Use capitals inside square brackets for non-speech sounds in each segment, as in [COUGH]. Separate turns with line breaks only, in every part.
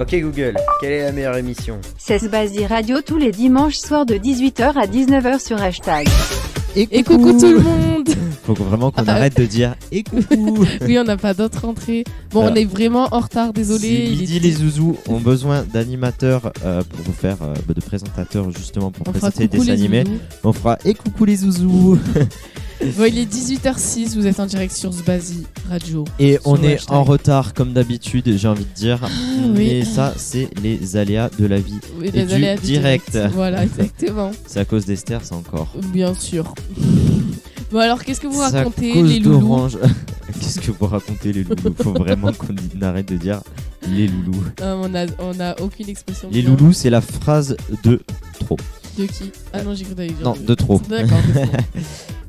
Ok Google, quelle est la meilleure émission
C'est Sbazi Radio tous les dimanches soirs de 18h à 19h sur hashtag.
Et coucou,
Et coucou tout
[LAUGHS]
le monde
Faut qu'on- vraiment qu'on arrête de dire
[LAUGHS]
et coucou.
Oui, on n'a pas d'autres rentrées. Bon,
Voilà.
on est vraiment en retard, désolé.
Si
il est-
Midi les zouzous ont besoin d'animateurs euh, pour vous faire euh, de présentateurs justement pour
on fera
présenter
coucou
des
les
animés.
zouzous.
On fera et coucou les zouzous.
Bon, il est 18h06, vous êtes en direct sur Sbazi Radio.
Et
Sur
on
le
est
hashtag. Ah
en retard comme d'habitude, j'ai envie de dire. Mais
oui.
ça, c'est les aléas de la vie.
Oui,
Et
les
du
aléas du
direct.
Voilà, exactement.
C'est à cause d'Esther, ça encore. [LAUGHS]
Bien sûr. Bon, alors, qu'est-ce que vous
C'est à
racontez,
cause
les loulous
d'Orange. [LAUGHS] Qu'est-ce que vous racontez les loulous Faut vraiment qu'on arrête de dire les loulous.
Euh, On n'a on a aucune expression.
Les
bien.
loulous, c'est la phrase de
De qui Ah non, j'ai cru que t'allais dire.
non
de-
de trop.
D'accord.
[LAUGHS]
de trop.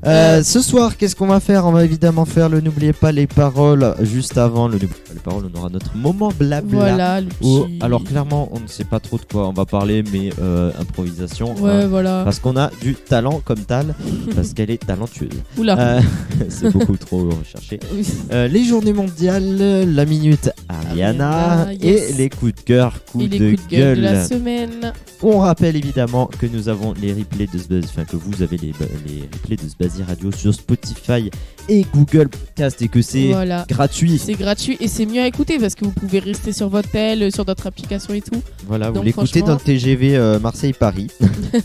Euh, ce soir, qu'est-ce qu'on va faire On va évidemment faire le N'oubliez pas les paroles juste avant. Le N'oubliez pas les paroles, on aura notre moment blabla.
voilà, le
Où-
petit-
Ah, alors clairement, on ne sait pas trop de quoi on va parler, mais euh, improvisation.
Ouais,
hein,
voilà.
parce qu'on a du talent comme
[LAUGHS]
Tal, parce qu'elle est talentueuse.
Oula.
Euh, [LAUGHS] c'est beaucoup trop recherché.
Oui.
Euh, les journées mondiales, la minute Ariana,
Ariana, yes.
et les coups de cœur, coups,
Et les
de,
coups de gueule de
gueule.
la semaine.
On rappelle évidemment que nous avons les replays de Sbazi, enfin que vous avez les, les replays de Sbazi Radio sur Spotify et Google Podcast et que c'est
Voilà.
gratuit.
C'est gratuit et c'est mieux à écouter parce que vous pouvez rester sur votre tel, sur d'autres applications et tout.
Voilà, vous
Donc,
l'écoutez
franchement-
dans le TGV euh,
[LAUGHS]
Marseille-Paris Et-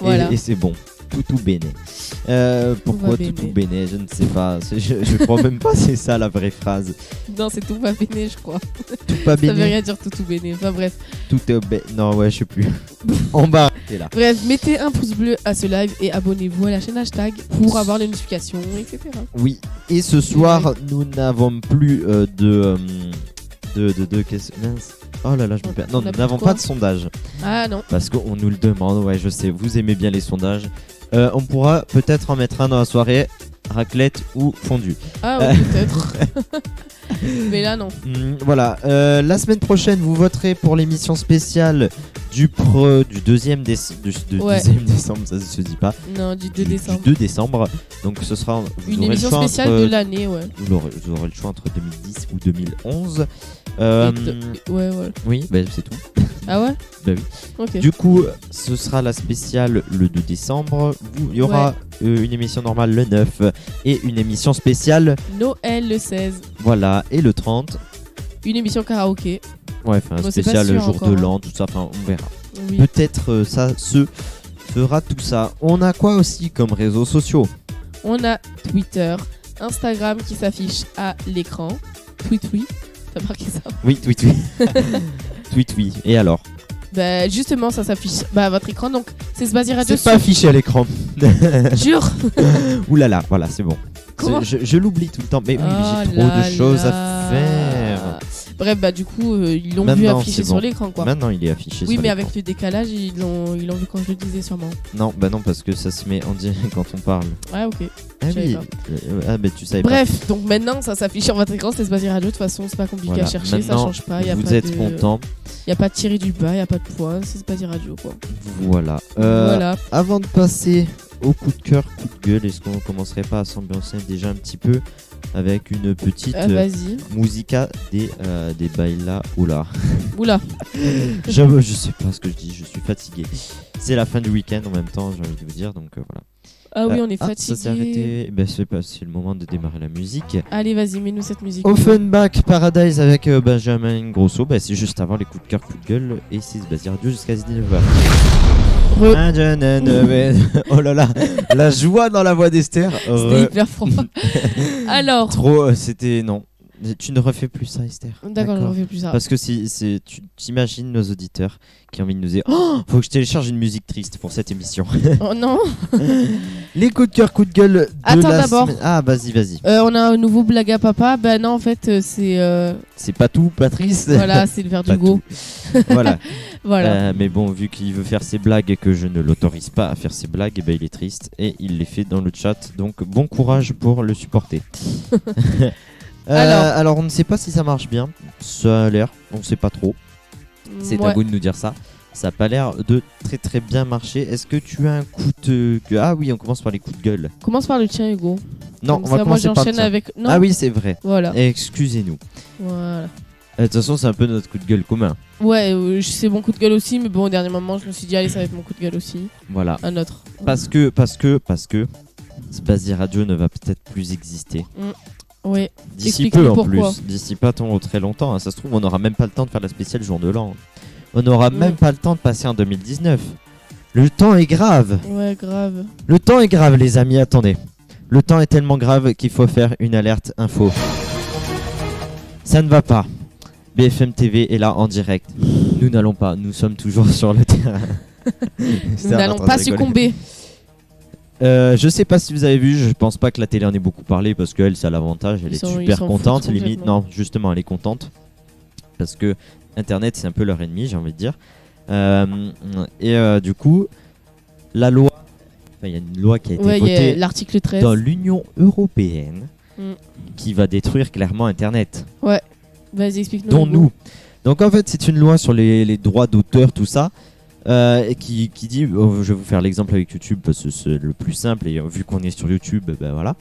Voilà.
et, c'est bon. Tout tout béné. Euh, pourquoi
va
tout
béné.
tout béné Je ne sais pas. C'est- Je, je crois même pas c'est ça la vraie phrase.
Non, c'est tout pas béné, je crois.
Tout pas
Ça veut
béné.
rien dire tout tout béné. Enfin bref.
Tout est bé- Non ouais je sais plus. en bas. C'est là.
Bref, mettez un pouce bleu à ce live et abonnez-vous à la chaîne hashtag pour avoir les notifications, etc.
Oui, et ce soir, nous n'avons plus euh, de, euh, de. de. de. qu'est-ce- mince. Oh là là, je me perds. Non,
On a
nous
plus
n'avons
de quoi
pas de sondage.
Ah non.
Parce qu'on nous le demande, ouais, je sais, vous aimez bien les sondages. Euh, on pourra peut-être en mettre un dans la soirée, raclette ou fondue.
Ah
[LAUGHS]
ouais, peut-être. [LAUGHS] Mais là non.
Hmm, voilà, Euh, la semaine prochaine, vous voterez pour l'émission spéciale du, pre, du 2e déce- du, du
Ouais.
2e décembre, ça se dit pas.
Non, du 2
Du- du
décembre.
2 décembre. Donc ce sera. vous
Une
aurez le
émission
choix
spéciale
entre-
de l'année, ouais.
Vous aurez, vous aurez le choix entre 2010 ou 2011. Euh,
Et de- Ouais, ouais.
Oui, bah, c'est tout.
Ah ouais
Bah oui.
Ok.
Du coup, ce sera la spéciale le 2 décembre. Vous- Il y aura euh, une émission normale le 9 et une émission spéciale,
Noël le 16.
voilà, et le 30.
Une émission karaoké.
Ouais, enfin,
Bon, c'est pas
spéciale
sûr
jour
encore,
de
hein.
l'an, tout ça, enfin, on verra.
Oui.
Peut-être euh, ça se fera tout ça. On a quoi aussi comme réseaux sociaux
On a Twitter, Instagram qui s'affiche à l'écran. Tweet, oui. T'as marqué ça
Oui, tweet, oui.
[LAUGHS]
tweet, oui. Et alors
Bah justement, ça s'affiche bah, à votre écran. Donc c'est Sbazi Radio
C'est pas affiché à l'écran.
sur... Jure
Ouh là là, voilà, c'est bon.
Comment
C'est- je je l'oublie tout le temps, mais oui,
Oh
j'ai trop de
là
choses
là.
à faire.
Bref, bah du coup, euh, ils l'ont vu
Maintenant,
affiché
c'est
sur
bon.
l'écran quoi.
Maintenant, il est affiché
oui,
sur
mais
l'écran.
avec le décalage, ils l'ont ils l'ont vu quand je le disais sûrement.
Non, bah non, parce que ça se met en direct quand on parle.
Ouais, ok.
Ah
Je savais
oui,
pas.
euh, ah bah tu savais pas.
Bref, donc maintenant, ça s'affiche sur votre écran. C'est Sbazi Radio. De toute façon, c'est pas compliqué
Voilà.
à chercher. ça
Maintenant,
change pas. Y a
vous
pas
êtes
de...
content,
Y a pas de tirer du bas. Y a pas de poids. C'est Sbazi Radio quoi.
voilà. Euh,
Voilà.
Avant de passer au coup de cœur, coup de gueule, est-ce qu'on commencerait pas à s'ambiancer déjà un petit peu avec une petite
Ah, Vas-y.
euh, musica des, euh, des baila oula
Oula.
J'avoue, [LAUGHS] je sais pas ce que je dis, je suis fatigué. C'est la fin du week-end en même temps, j'ai envie de vous dire, donc euh, voilà.
Ah oui, on est
Ah,
fatigué.
Ça s'est arrêté. Ben, c'est pas- c'est le moment de démarrer la musique.
Allez, vas-y, mets-nous cette musique.
Offenbach Paradise avec euh, Benjamin Grosso. Ben, c'est juste avant les coups de cœur, coups de gueule. Et c'est Sbazi Radio jusqu'à 19h.
Re-
Ah, je ne- ne- mais- [LAUGHS] Oh là là, la joie dans la voix d'Esther.
C'était
Re- [LAUGHS]
hyper froid. Alors.
Trop, euh, c'était. Non. Tu ne refais plus ça, Esther.
D'accord, je refais plus ça.
Parce que si, si- tu t'imagines nos auditeurs qui ont envie de nous dire Oh, faut que je télécharge une musique triste pour cette
[LAUGHS]
émission.
Oh non
Les coups de cœur, coups de gueule. De
Attends
la
d'abord.
semaine- Ah, vas-y, vas-y.
Euh, On a un nouveau blague à papa. Ben non, en fait, euh,
[LAUGHS]
c'est. euh,
C'est pas tout, Patrice. [LAUGHS]
voilà, c'est le verre
Pas
d'Hugo.
tout.
[LAUGHS]
voilà.
Voilà.
Euh, mais bon, vu qu'il veut faire ses blagues et que je ne l'autorise pas à faire ses blagues, eh ben, il est triste et il les fait dans le chat. Donc bon courage pour le
[LAUGHS]
supporter. Euh, alors...
Alors.
on ne sait pas si ça marche bien. Ça a l'air, on ne sait pas trop. C'est
Ouais.
à vous de nous dire ça. Ça n'a pas l'air de très très bien marcher. Est-ce que tu as un coup de gueule Ah oui, on commence par les coups de gueule.
Commence par le tien, Hugo.
Non,
Comme
on va
ça, moi,
commencer par Ah le
j'enchaîne
tien.
avec. Non
Ah oui, c'est vrai.
Voilà.
Excusez-nous.
Voilà.
Euh, De toute façon, c'est un peu notre coup de gueule commun.
Ouais, euh, c'est mon coup de gueule aussi, mais bon, au dernier moment, je me suis dit, allez, ça va être mon coup de gueule aussi.
Voilà.
Un autre.
Parce que, parce que, parce que, Spazi Radio ne va peut-être plus exister.
Ouais.
D'ici
Explique-nous
peu en
pourquoi.
plus. D'ici pas tant très longtemps. hein. Ça se trouve, on n'aura même pas le temps de faire la spéciale jour de l'an. On n'aura
Mm.
même pas le temps de passer en 2019. Le temps est grave.
Ouais, grave.
Le temps est grave, les amis. Attendez. Le temps est tellement grave qu'il faut faire une alerte info. Ça ne va pas. BFM TV est là en direct. Nous n'allons pas. Nous sommes toujours [LAUGHS] sur le terrain.
Nous n'allons pas succomber.
Euh, je sais pas si vous avez vu, je pense pas que la télé en ait beaucoup parlé parce qu'elle, ça a l'avantage, elle
Ils
est
sont- ils
super
s'en
contente,
foutent
limite.
complètement.
Non, justement, elle est contente parce que Internet, c'est un peu leur ennemi, j'ai envie de dire. Euh, et euh, du coup, la loi, enfin, il y a une loi qui a été
Ouais, il y a
votée
l'article 13.
dans l'Union européenne
Mm.
qui va détruire clairement Internet
Vas-y, explique-nous.
dont
Hugo.
nous. Donc en fait, c'est une loi sur les, les droits d'auteur, tout ça, euh, qui, qui dit, oh, je vais vous faire l'exemple avec YouTube parce que c'est le plus simple et euh, vu qu'on est sur YouTube, ben voilà.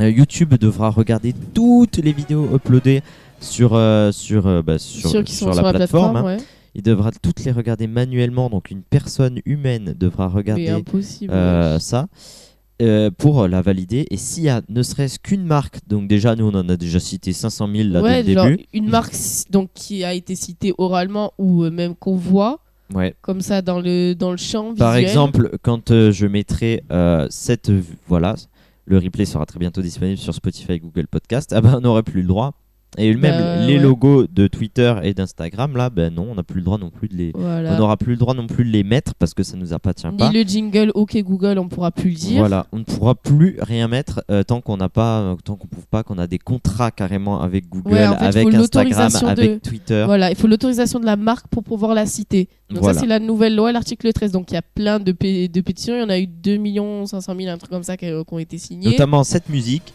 Euh, YouTube devra regarder toutes les vidéos uploadées sur, euh, sur, euh, bah, sur,
Ceux qui
sur
sont sur la plateforme,
hein.
ouais.
Il devra toutes les regarder manuellement, donc une personne humaine devra
Mais
regarder
impossible.
euh, ça euh, pour la valider. Et s'il y a ne serait-ce qu'une marque, donc déjà nous on en a déjà cité 500 000 là
ouais,
dès le
genre,
début.
une marque c- donc, qui a été citée oralement ou euh, même qu'on voit
Ouais.
comme ça dans le, dans le champ
Par
visuel.
exemple, quand euh, je mettrai euh, cette vue- voilà, le replay sera très bientôt disponible sur Spotify, Google Podcast. Ah ben, on n'aurait plus le droit. Et même
Bah,
les
ouais.
logos de Twitter et d'Instagram, là, ben non, on n'a plus le droit non plus de les, on
Voilà.
n'aura plus le droit non plus de les mettre parce que ça nous appartient
Ni
pas.
le jingle OK Google, on pourra plus le dire.
Voilà, on ne pourra plus rien mettre euh, tant qu'on n'a pas, euh, tant qu'on prouve pas qu'on a des contrats carrément avec Google,
Ouais, en fait,
avec
faut
Instagram,
l'autorisation de-
avec Twitter.
Voilà, il faut l'autorisation de la marque pour pouvoir la citer. Donc
Voilà.
ça, c'est la nouvelle loi, l'article 13. Donc il y a plein de, pé- de pétitions. Il y en a eu 2 500 000, un truc comme ça, qui, euh, qui ont été signées.
notamment cette musique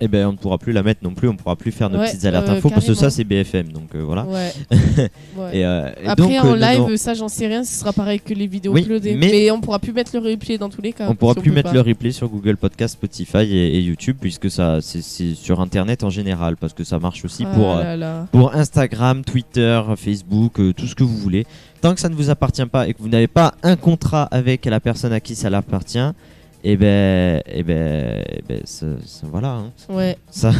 eh ben on ne pourra plus la mettre non plus on ne pourra plus faire nos
Ouais,
petites alertes
euh,
info parce que ça
carrément.
c'est BFM donc euh, voilà [LAUGHS]
Ouais. Ouais.
et, euh, et
Après,
donc,
en
euh, non,
live,
non,
ça, j'en sais rien. Ce sera pareil que les vidéos
Oui,
uploadées.
mais-
Mais... on pourra plus mettre le replay dans tous les cas.
on pourra
parce qu'on
plus
peut
mettre
pas.
le replay sur Google Podcast Spotify et, et YouTube puisque ça c'est- c'est sur internet en général parce que ça marche aussi
Ah
pour euh,
là là.
pour Instagram, Twitter, Facebook, euh, tout ce que vous voulez. Tant que ça ne vous appartient pas et que vous n'avez pas un contrat avec la personne à qui ça l'appartient, eh ben, eh ben, eh ben, ça- ça- voilà, hein.
Ouais.
ça,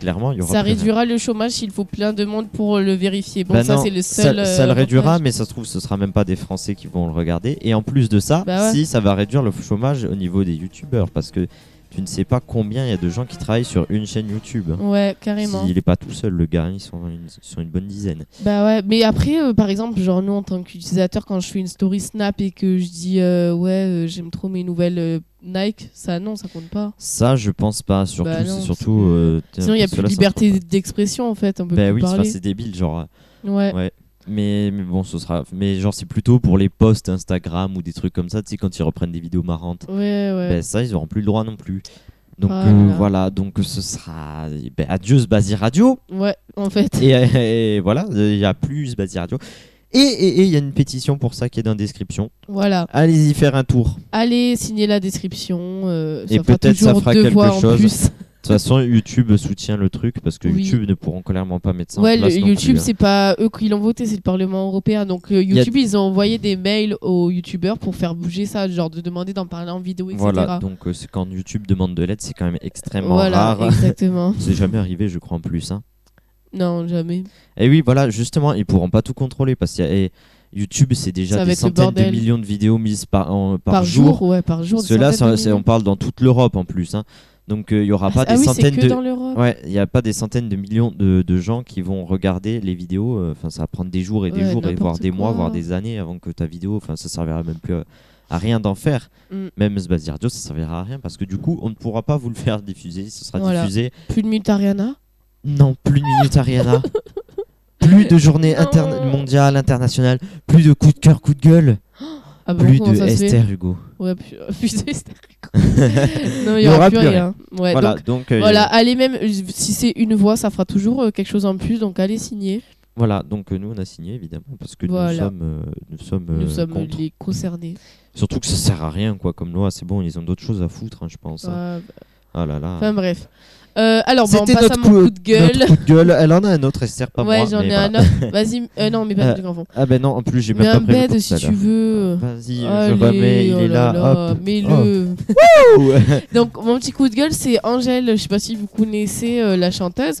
clairement, il y aura
Ça
plus rien.
réduira le chômage s'il faut plein de monde pour le vérifier. Bon,
Bah
ça,
non,
c'est le
ça-
seul.
Ça,
euh,
le réduira,
avantage.
mais ça se trouve, ce sera même pas des Français qui vont le regarder. Et en plus de ça,
Bah ouais.
si ça va réduire le chômage au niveau des youtubeurs, parce que tu ne sais pas combien il y a de gens qui travaillent sur une chaîne YouTube.
Ouais, carrément.
Il n'est pas tout seul, le gars, ils sont une, ils sont une bonne dizaine.
Bah ouais, mais après, euh, par exemple, genre nous en tant qu'utilisateur, quand je fais une story Snap et que je dis euh, ouais, euh, j'aime trop mes nouvelles euh, Nike, ça non, ça compte pas.
Ça, je pense pas. Surtout,
Bah non,
c'est surtout.
parce que-
euh, tiens,
Sinon, il y a
parce
plus de
que là, ça
liberté
se
d'expression en fait, on
trouve pas.
peut
Bah
plus
oui, enfin,
parler.
c'est débile, genre.
Ouais.
Ouais. Mais, mais bon, ce sera. Mais genre, c'est plutôt pour les posts Instagram ou des trucs comme ça, tu sais, quand ils reprennent des vidéos marrantes.
Ouais, ouais.
ben, ça, ils n'auront plus le droit non plus. Donc
Ah
euh,
là là.
voilà, donc ce sera ben, adieu Sbazi Radio. [LAUGHS]
Ouais, en fait.
Bah. Et, euh, et voilà, euh, il n'y a plus Sbazi Radio. Et et- et il y a une pétition pour ça qui est dans la description.
Voilà.
Allez-y faire un tour.
Allez signer la description. euh,
Et
ça fera
peut-être ça
toujours
fera
deux
quelque
voix en
chose.
plus.
De toute façon, YouTube soutient le truc parce que
Oui.
YouTube ne pourront clairement pas mettre ça
Ouais,
en place.
le-
non
YouTube,
plus, hein.
c'est pas eux qui l'ont voté, c'est le Parlement européen. Donc euh,
a-
YouTube, ils ont envoyé des mails aux YouTubeurs pour faire bouger ça, genre de demander d'en parler en vidéo, etc.
Voilà, donc euh, c'est quand YouTube demande de l'aide, c'est quand même extrêmement
voilà,
rare.
exactement.
[LAUGHS]
[LAUGHS]
C'est jamais arrivé, je crois, en plus. hein.
Non, jamais.
Et oui, voilà, justement, ils pourront pas tout contrôler parce qu'il y a- et YouTube, c'est déjà
Ça va
des
être le
centaines de
bordel.
millions de vidéos mises par, en-
Par,
jour.
jour, ouais, par jour. des
Cela,
centaines de
on
millions.
parle dans toute l'Europe en plus. hein. Donc euh, il y aura pas
ah,
des
oui, c'est
centaines
que
de.
dans l'Europe.
Ouais, il n'y a pas des centaines de millions de, de gens qui vont regarder les vidéos. euh, Enfin, ça va prendre des jours et des
Ouais,
jours et voire
n'importe
des mois,
quoi.
voire des années avant que ta vidéo. Enfin, ça servira même plus à, à rien d'en faire.
Mm.
Même ce Basi Radio, ça servira à rien parce que du coup, on ne pourra pas vous le faire diffuser. Ce sera
Voilà.
diffusé.
Plus de minutes Ariana.
Non, plus de minutes
[LAUGHS]
Ariana. plus de journée interna-
Non.
mondiale, internationale. Plus de coup de cœur, coup de gueule.
Ah bon,
plus
comment
de
ça se fait
Esther Hugo.
Ouais, plus, [LAUGHS] plus
[LAUGHS]
de Esther. non, il n'y aura plus rien. Ouais,
voilà,
donc,
donc, euh,
voilà, allez même, euh, si c'est une voix, ça fera toujours euh, quelque chose en plus, donc allez signer.
Voilà, donc euh, nous on a signé évidemment parce que nous
Voilà.
sommes, euh, nous sommes, euh,
Nous sommes
contre.
les concernés.
Surtout que ça sert à rien quoi comme loi, c'est bon, ils ont d'autres choses à foutre, hein, je pense. hein.
Ouais,
Ah là là.
Enfin bref. Euh, alors, bon, on
C'était
passe à
notre,
mon
coup,
coup de gueule. [LAUGHS]
notre coup de gueule. Elle en a un autre, Esther, pas moi.
ouais, j'en
mais
ai
voilà.
un autre. Vas-y, euh, non, mais pas
Euh,
du grand fond.
Ah ben non, en plus j'ai
Mais
même
un
pas prévu
bed
pour
si
tout à
tu
l'heure.
veux.
Vas-y, je
Allez,
remets,
oh
il est
là là,
là. Hop.
Mets-le.
Oh.
[LAUGHS] Donc, mon petit coup de gueule, c'est Angèle. Je sais pas si vous connaissez euh, la chanteuse.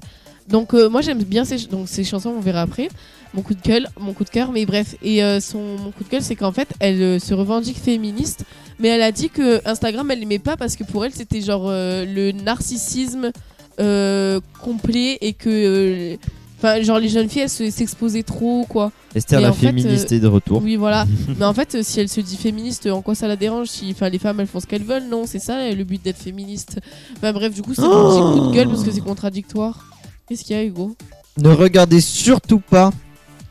Donc, euh, moi, j'aime bien ses, donc, ses chansons, on verra après. Mon coup de gueule, mon coup de cœur, mais bref. Et euh, son, mon coup de gueule, c'est qu'en fait, elle euh, se revendique féministe, mais elle a dit que Instagram, elle l'aimait pas parce que pour elle, c'était genre euh, le narcissisme euh, complet et que. euh, Enfin, genre, les jeunes filles, elles se- s'exposaient trop, quoi.
Esther,
Et
la
en fait, euh,
féministe est de retour. [LAUGHS]
Oui, voilà. Mais en fait, euh, si elle se dit féministe, euh, en quoi ça la dérange si, enfin, Les femmes, elles font ce qu'elles veulent, non C'est ça euh, le but d'être féministe. Enfin bref, du coup, c'est un petit coup de gueule parce que c'est contradictoire. Qu'est-ce qu'il y a, Hugo
Ne regardez surtout pas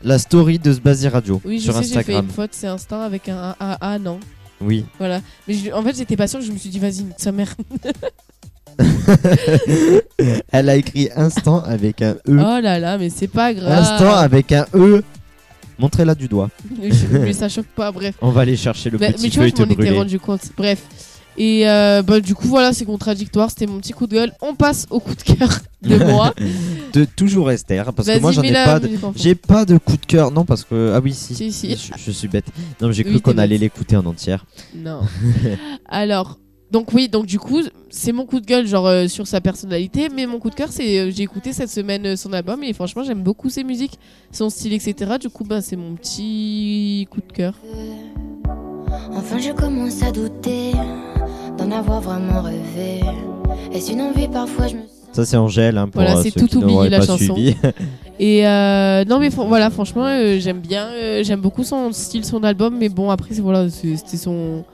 la story de Sbazi Radio
Oui, je
sur
sais, j'ai fait
Instagram.
une faute, c'est Insta avec un A, A, A, non
Oui.
Voilà. Mais je- en fait, j'étais pas sûre, je me suis dit, vas-y, nique sa mère.
Elle a écrit instant avec un E.
Oh là là, mais c'est pas grave.
Instant avec un E. Montrez-la du doigt.
[LAUGHS] Je- mais ça choque pas, bref.
On va aller chercher le
Mais, mais
petit
tu vois,
feuille
je
te
m'en étais
brûler.
rendu compte. Bref. Et euh, bah, du coup, voilà, c'est contradictoire. C'était mon petit coup de gueule. On passe au coup de cœur
[LAUGHS]
de moi.
De toujours Esther, parce que
Vas-y,
moi j'en ai
mets-la,
pas. De...
mets-la,
J'ai pas de coup de cœur, non, parce que ah oui si.
Si, si.
Je, je suis bête. Non, mais j'ai
Oui,
cru
t'es
qu'on
bête.
allait l'écouter en entière.
Non. [LAUGHS] Alors, donc oui, donc du coup, c'est mon coup de gueule genre euh, sur sa personnalité, mais mon coup de cœur, c'est euh, j'ai écouté cette semaine euh, son album et franchement, j'aime beaucoup ses musiques, son style, etc. Du coup, bah c'est mon petit coup de cœur.
Enfin, je commence à douter d'en avoir vraiment rêvé. Est-ce une envie parfois je me
Ça c'est Angèle hein, pour
Voilà,
euh,
c'est
ceux
tout
qui
oublié,
n'auraient
la
pas
chanson.
suivi. [LAUGHS]
Et euh, non, mais fran- voilà, franchement, euh, j'aime bien, euh, j'aime beaucoup son style, son album, mais bon après, c'est- voilà, c'est- c'était son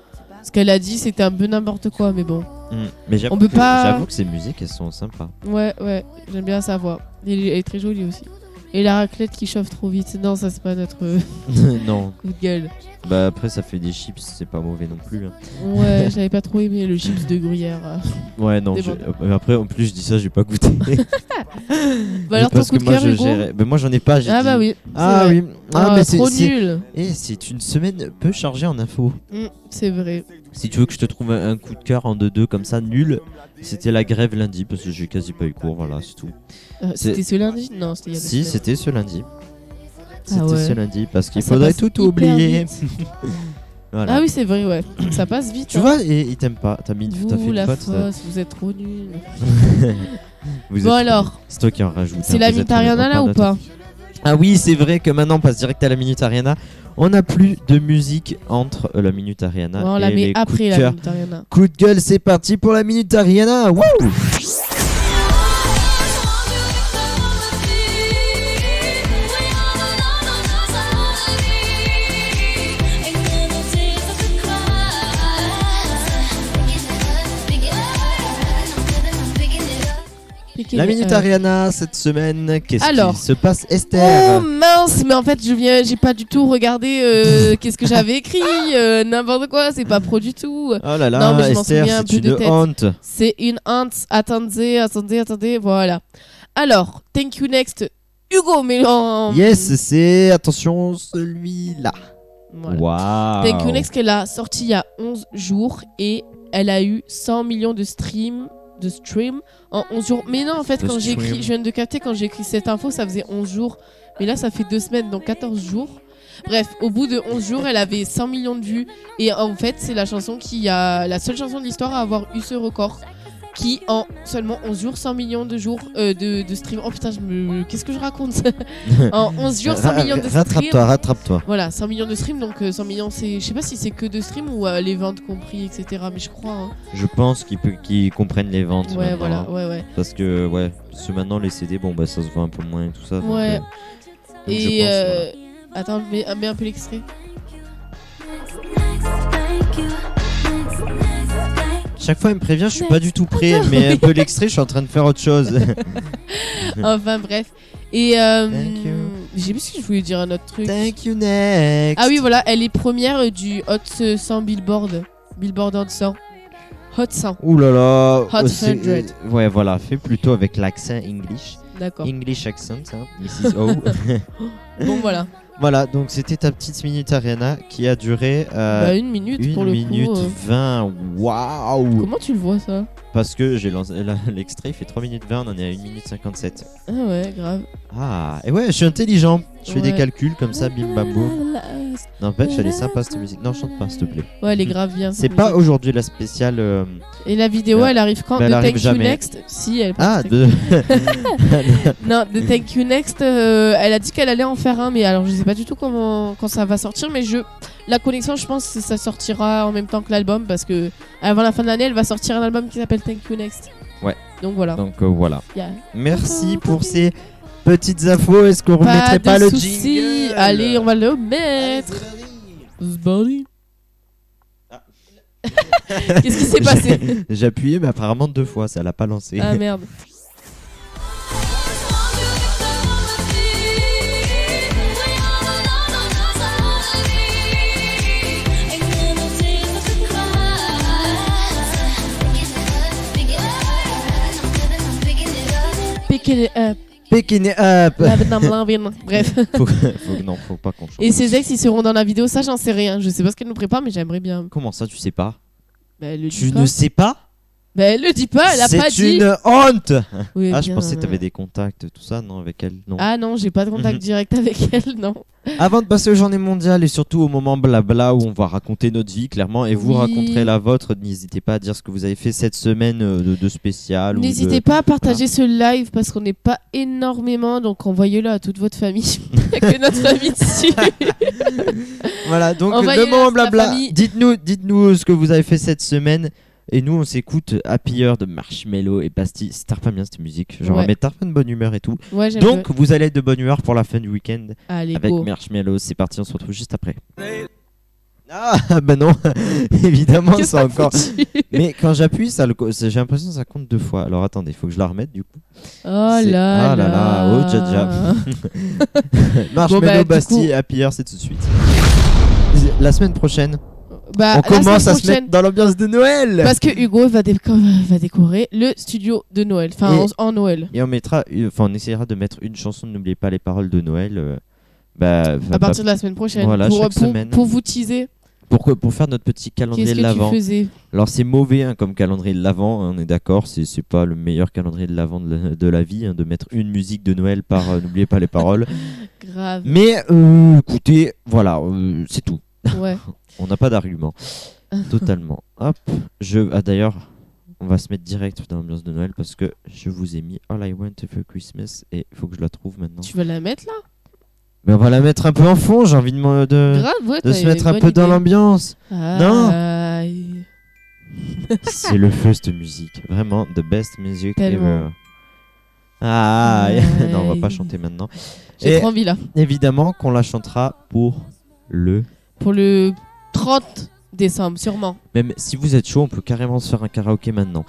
ce qu'elle a dit, c'était un peu n'importe quoi, mais bon.
Mm. mais j'avoue
On peut
que-
pas-
J'avoue que ces musiques elles sont sympas. [LAUGHS]
Ouais, ouais, j'aime bien sa voix. Elle est elle est très jolie aussi. Et la raclette qui chauffe trop vite. Non, ça c'est pas notre euh, [LAUGHS]
non.
coup de gueule.
Bah après ça fait des chips, c'est pas mauvais non plus. hein.
Ouais, [LAUGHS] j'avais pas trop aimé le chips de gruyère.
[LAUGHS] Ouais non.
Des
je-
bandes.
euh, Après en plus je dis ça, j'ai pas goûté.
Bah alors
[LAUGHS]
ton
parce
coup
que
de
moi
cœur,
je
Hugo
gérais. Mais moi j'en ai pas. j'ai
Ah
dit-
bah oui. c'est
Ah
vrai.
oui. Ah,
Ah,
mais c'est-
trop
c'est-
nul.
Eh, c'est une semaine peu chargée en infos.
Mm, C'est vrai.
Si tu veux que je te trouve un un coup de cœur en 2-2 comme ça, nul, c'était la grève lundi parce que j'ai quasi pas eu cours, voilà, c'est tout.
Euh,
C'est-
C'était ce lundi Non, c'était il y a deux
Si,
semaines.
c'était ce lundi. C'était
ouais.
ce lundi parce qu'il
Ah, ça
faudrait
passe
tout
hyper
oublier.
vite.
[LAUGHS] Voilà.
Ah oui, c'est
[COUGHS]
vrai, ouais. Ça passe vite.
Tu
hein.
vois, et il t'aime pas. T'as mis, t'as fait
vous,
une
la
faute. t'as-
fausse, vous êtes trop nuls.
[LAUGHS] Vous
Bon
êtes-
alors,
C'est toi qui en rajoute.
c'est la minute Ariana là ou pas
Ah oui, c'est vrai que maintenant on passe direct à la minute Ariana. On n'a plus de musique entre euh, la minute Ariana
Ouais, On
et
la
les
met
coups
après
de
la
cœur.
minute Ariana.
Coup de gueule, c'est parti pour la minute Ariana. Wouh la minute
Euh,
Ariana cette semaine. Qu'est-ce
Alors.
qui se passe,
Oh
Esther
mince, mais en fait je viens, j'ai pas du tout regardé euh, qu'est-ce que j'avais écrit, euh, n'importe quoi, c'est pas pro du tout.
Oh là
Non,
là,
mais je m'en
Esther,
souviens un
c'est
peu de
une
tête.
honte.
C'est une hante. Attendez, attendez, attendez. Voilà. Alors, thank you next. Hugo Mélan.
Yes, c'est attention celui-là.
Voilà.
Waouh.
Thank you next qu'elle a sorti il y a 11 jours et elle a eu 100 millions de streams de stream en 11 jours. Mais non, en fait,
De
quand j'ai
stream.
écrit, je viens de capter, quand j'ai écrit cette info, ça faisait 11 jours. Mais là, ça fait 2 semaines, donc 14 jours. Bref, au bout de 11 jours, elle avait 100 millions de vues. Et en fait, c'est la chanson qui a. la seule chanson de l'histoire à avoir eu ce record. Qui en seulement 11 jours, 100 millions de jours euh, de, de stream. Oh putain, je me- qu'est-ce que je raconte
[LAUGHS]
En 11 jours, 100 millions de streams.
Rattrape-toi, rattrape-toi.
Voilà, 100 millions de streams, donc euh, 100 millions, c'est. Je sais pas si c'est que de streams ou euh, les ventes compris, etc. Mais je crois. hein.
Je pense qu'ils peut- qu'ils comprennent les ventes.
Ouais,
maintenant,
voilà,
hein.
ouais, ouais.
Parce que, ouais, parce que maintenant les CD, bon, bah ça se voit un peu moins et tout ça. donc,
Ouais.
euh, donc je
Et.
pense, voilà.
euh, Attends, mets, mets un
[LAUGHS]
peu l'extrait.
Chaque fois, il me prévient, je suis pas du tout
[LAUGHS]
prêt, mais un peu l'extrait, je suis en train de faire autre chose.
Enfin, bref. Et. Euh...
Thank you.
Je sais plus si je voulais dire un autre truc.
Thank you next.
Ah oui, voilà, elle est première euh, du Hot 100 Billboard. Billboard Hot 100. Hot 100.
Ouh là là.
Hot
euh, c'est-
100.
euh, Ouais, voilà, fais plutôt avec l'accent English.
D'accord.
English accent, hein, Mrs. O. [LAUGHS]
Bon, voilà.
voilà, donc c'était ta petite minute Ariana qui a duré [LAUGHS] euh,
Bah, une minute
une
pour le
minute
coup. euh.
20. Waouh!
Comment tu le vois ça
Parce que j'ai lancé là, [LAUGHS] l'extrait, il fait 3 minutes 20, on en est à 1 minute 57.
Ah ouais, grave.
Ah, et ouais, je suis intelligent. Je fais des
Ouais.
calculs comme ça, bim bam boum. N'empêche, elle est sympa cette musique. Non, chante pas, s'il te plaît.
Ouais, elle est grave bien.
C'est pas aujourd'hui la spéciale. euh,
Et la vidéo,
Euh,
elle arrive quand
bah, elle
De
arrive
Thank
jamais.
You Next Si, elle.
Ah, de.
Non, de Thank You Next, euh, elle a dit qu'elle allait en faire un, mais alors je sais pas du tout comment quand ça va sortir, mais je la connexion, je pense que ça sortira en même temps que l'album parce que avant la fin de l'année, elle va sortir un album qui s'appelle Thank You Next.
Ouais.
Donc voilà.
Donc euh, voilà.
Il y a
Merci pour ces petites infos. Est-ce qu'on
pas
remettrait
de
pas le
soucis.
jingle
Allez, on va le mettre. Zbori.
Ah.
[LAUGHS] Qu'est-ce qui s'est passé
[LAUGHS] J'ai appuyé, mais apparemment deux fois, ça l'a pas lancé. [LAUGHS]
Ah merde. Pick it
[LAUGHS]
up,
Picking it up
la Vietnam, la Vietnam. Bref.
[LAUGHS] faut, faut- Non, faut pas qu'on chante.
Ah. Et ses ex, ils seront dans la vidéo, ça j'en sais rien. Je sais pas ce qu'elle nous prépare, mais j'aimerais bien.
Comment ça, tu sais pas
Bah, elle le dit
Tu
pas.
ne sais pas
Bah, elle le dit pas, elle a
C'est
pas dit.
une honte
Oui,
Ah, je
bien. euh,
pensais que t'avais des contacts, tout ça, non, avec elle, non.
Ah non, j'ai pas de contact
Mhm.
direct avec elle, non.
Avant de passer aux journées mondiales et surtout au moment blabla où on va raconter notre vie, clairement, et vous
Oui.
raconterez la vôtre, n'hésitez pas à dire ce que vous avez fait cette semaine euh, de, de spécial. ou de-
N'hésitez pas à partager ce live parce qu'on n'est pas énormément, donc envoyez-le à toute votre famille. [LAUGHS] que notre
[LAUGHS]
famille dessus.
Voilà, donc
Envoyez-le
le moment
à la
blabla.
famille.
Dites-nous, dites-nous ce que vous avez fait cette semaine. Et nous, on s'écoute Happy Hour de Marshmello et Bastille. C'est tarpin bien cette musique. Genre,
Ouais.
mais tarpin de bonne humeur et tout.
ouais, j'aime
Donc, vous allez être de bonne humeur pour la fin du week-end
bien. Allez,
avec
go.
Marshmello. C'est parti, on se retrouve juste après. Ah, bah non, [LAUGHS] évidemment,
Qu'est-ce
c'est
que
encore.
t'as foutu
Mais quand j'appuyie, ça le co- c'est- j'ai l'impression que ça compte deux fois. Alors attendez, faut que je la remette du coup.
Oh là
C'est-
là.
Ah là là, oh, dja, dja. Marshmello,
Bon, bah, du
Bastille,
coup-
Happy Hour, c'est tout de suite. La semaine prochaine,
Bah,
on
la semaine
commence à se
prochaine,
mettre dans l'ambiance de Noël.
Parce que Hugo va, déco- va décorer le studio de Noël. Enfin,
Et-
en- en Noël.
Et on mettra, une- enfin, on essaiera de mettre une chanson. N'oubliez pas les paroles de Noël. euh, bah,
À partir de la semaine prochaine.
Voilà,
pour,
chaque
pour-
semaine.
pour vous teaser,
bah, pour, que- pour faire notre petit calendrier
qu'est-ce
de
que tu
l'avant.
faisais
Alors c'est mauvais hein, comme calendrier de l'avant. hein, on est d'accord. C'est c'est pas le meilleur calendrier de l'avant de, la- de la vie hein, de mettre une musique de Noël par euh, n'oubliez pas les
[LAUGHS]
paroles. [LAUGHS]
Grave.
Mais euh, écoutez, voilà, euh, c'est tout.
Ouais.
On n'a pas
[LAUGHS]
d'argument. Totalement. Hop. Je. Ah d'ailleurs. On va se mettre direct dans l'ambiance de Noël parce que je vous ai mis All I Want for Christmas et il faut que je la trouve maintenant.
Tu vas la mettre là
Mais on va la mettre un peu en fond, j'ai envie de, me- de,
Grave, ouais.
Euh, de
t'as
se
une
mettre un
bonne
peu dans
idée. [LAUGHS]
l'ambiance. Non.
Aïe.
C'est le feu cette musique, vraiment the best music
Tellement.
ever. Ah,
Ouais.
[LAUGHS] non, on va pas chanter maintenant.
J'ai
Et-
trop envie là.
Évidemment qu'on la chantera pour le.
Pour le 30 décembre, sûrement.
Même si vous êtes chaud, on peut carrément se faire un karaoké
[LAUGHS]
maintenant.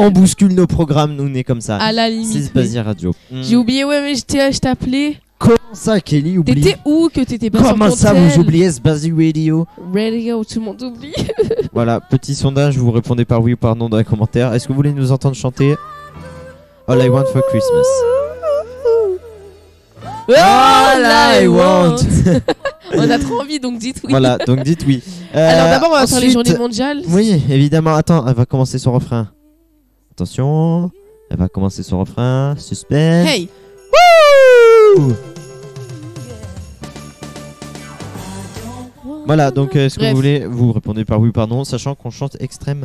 on bouscule nos programmes, nous on est comme ça.
À la
Ah, C'est
limite. oui.
Spazier Radio.
J'ai oublié, ouais, mais je t'ai- je t'appelais.
Comment ça, Kelly, oublie
T'étais où que t'étais pas
Comment
sur ton
ça, vous
tel
oubliez Spazier Radio
Radio, tout le monde oublie.
Voilà, petit sondage, vous répondez par oui ou par non dans les commentaires. Est-ce que vous voulez nous entendre chanter All I Want for Christmas
[LAUGHS] All I want. On a trop envie, donc dites
[LAUGHS]
oui.
Voilà, donc dites oui. Euh,
[LAUGHS] Alors d'abord, on va faire les
ensuite-
journées mondiales.
Oui, évidemment. Attends, elle va commencer son refrain. Attention, elle va commencer son refrain. Suspense.
Hey,
Ouh. Voilà, donc euh, est-ce que
Bref.
vous voulez Vous répondez par oui ou par non, sachant qu'on chante extrêmement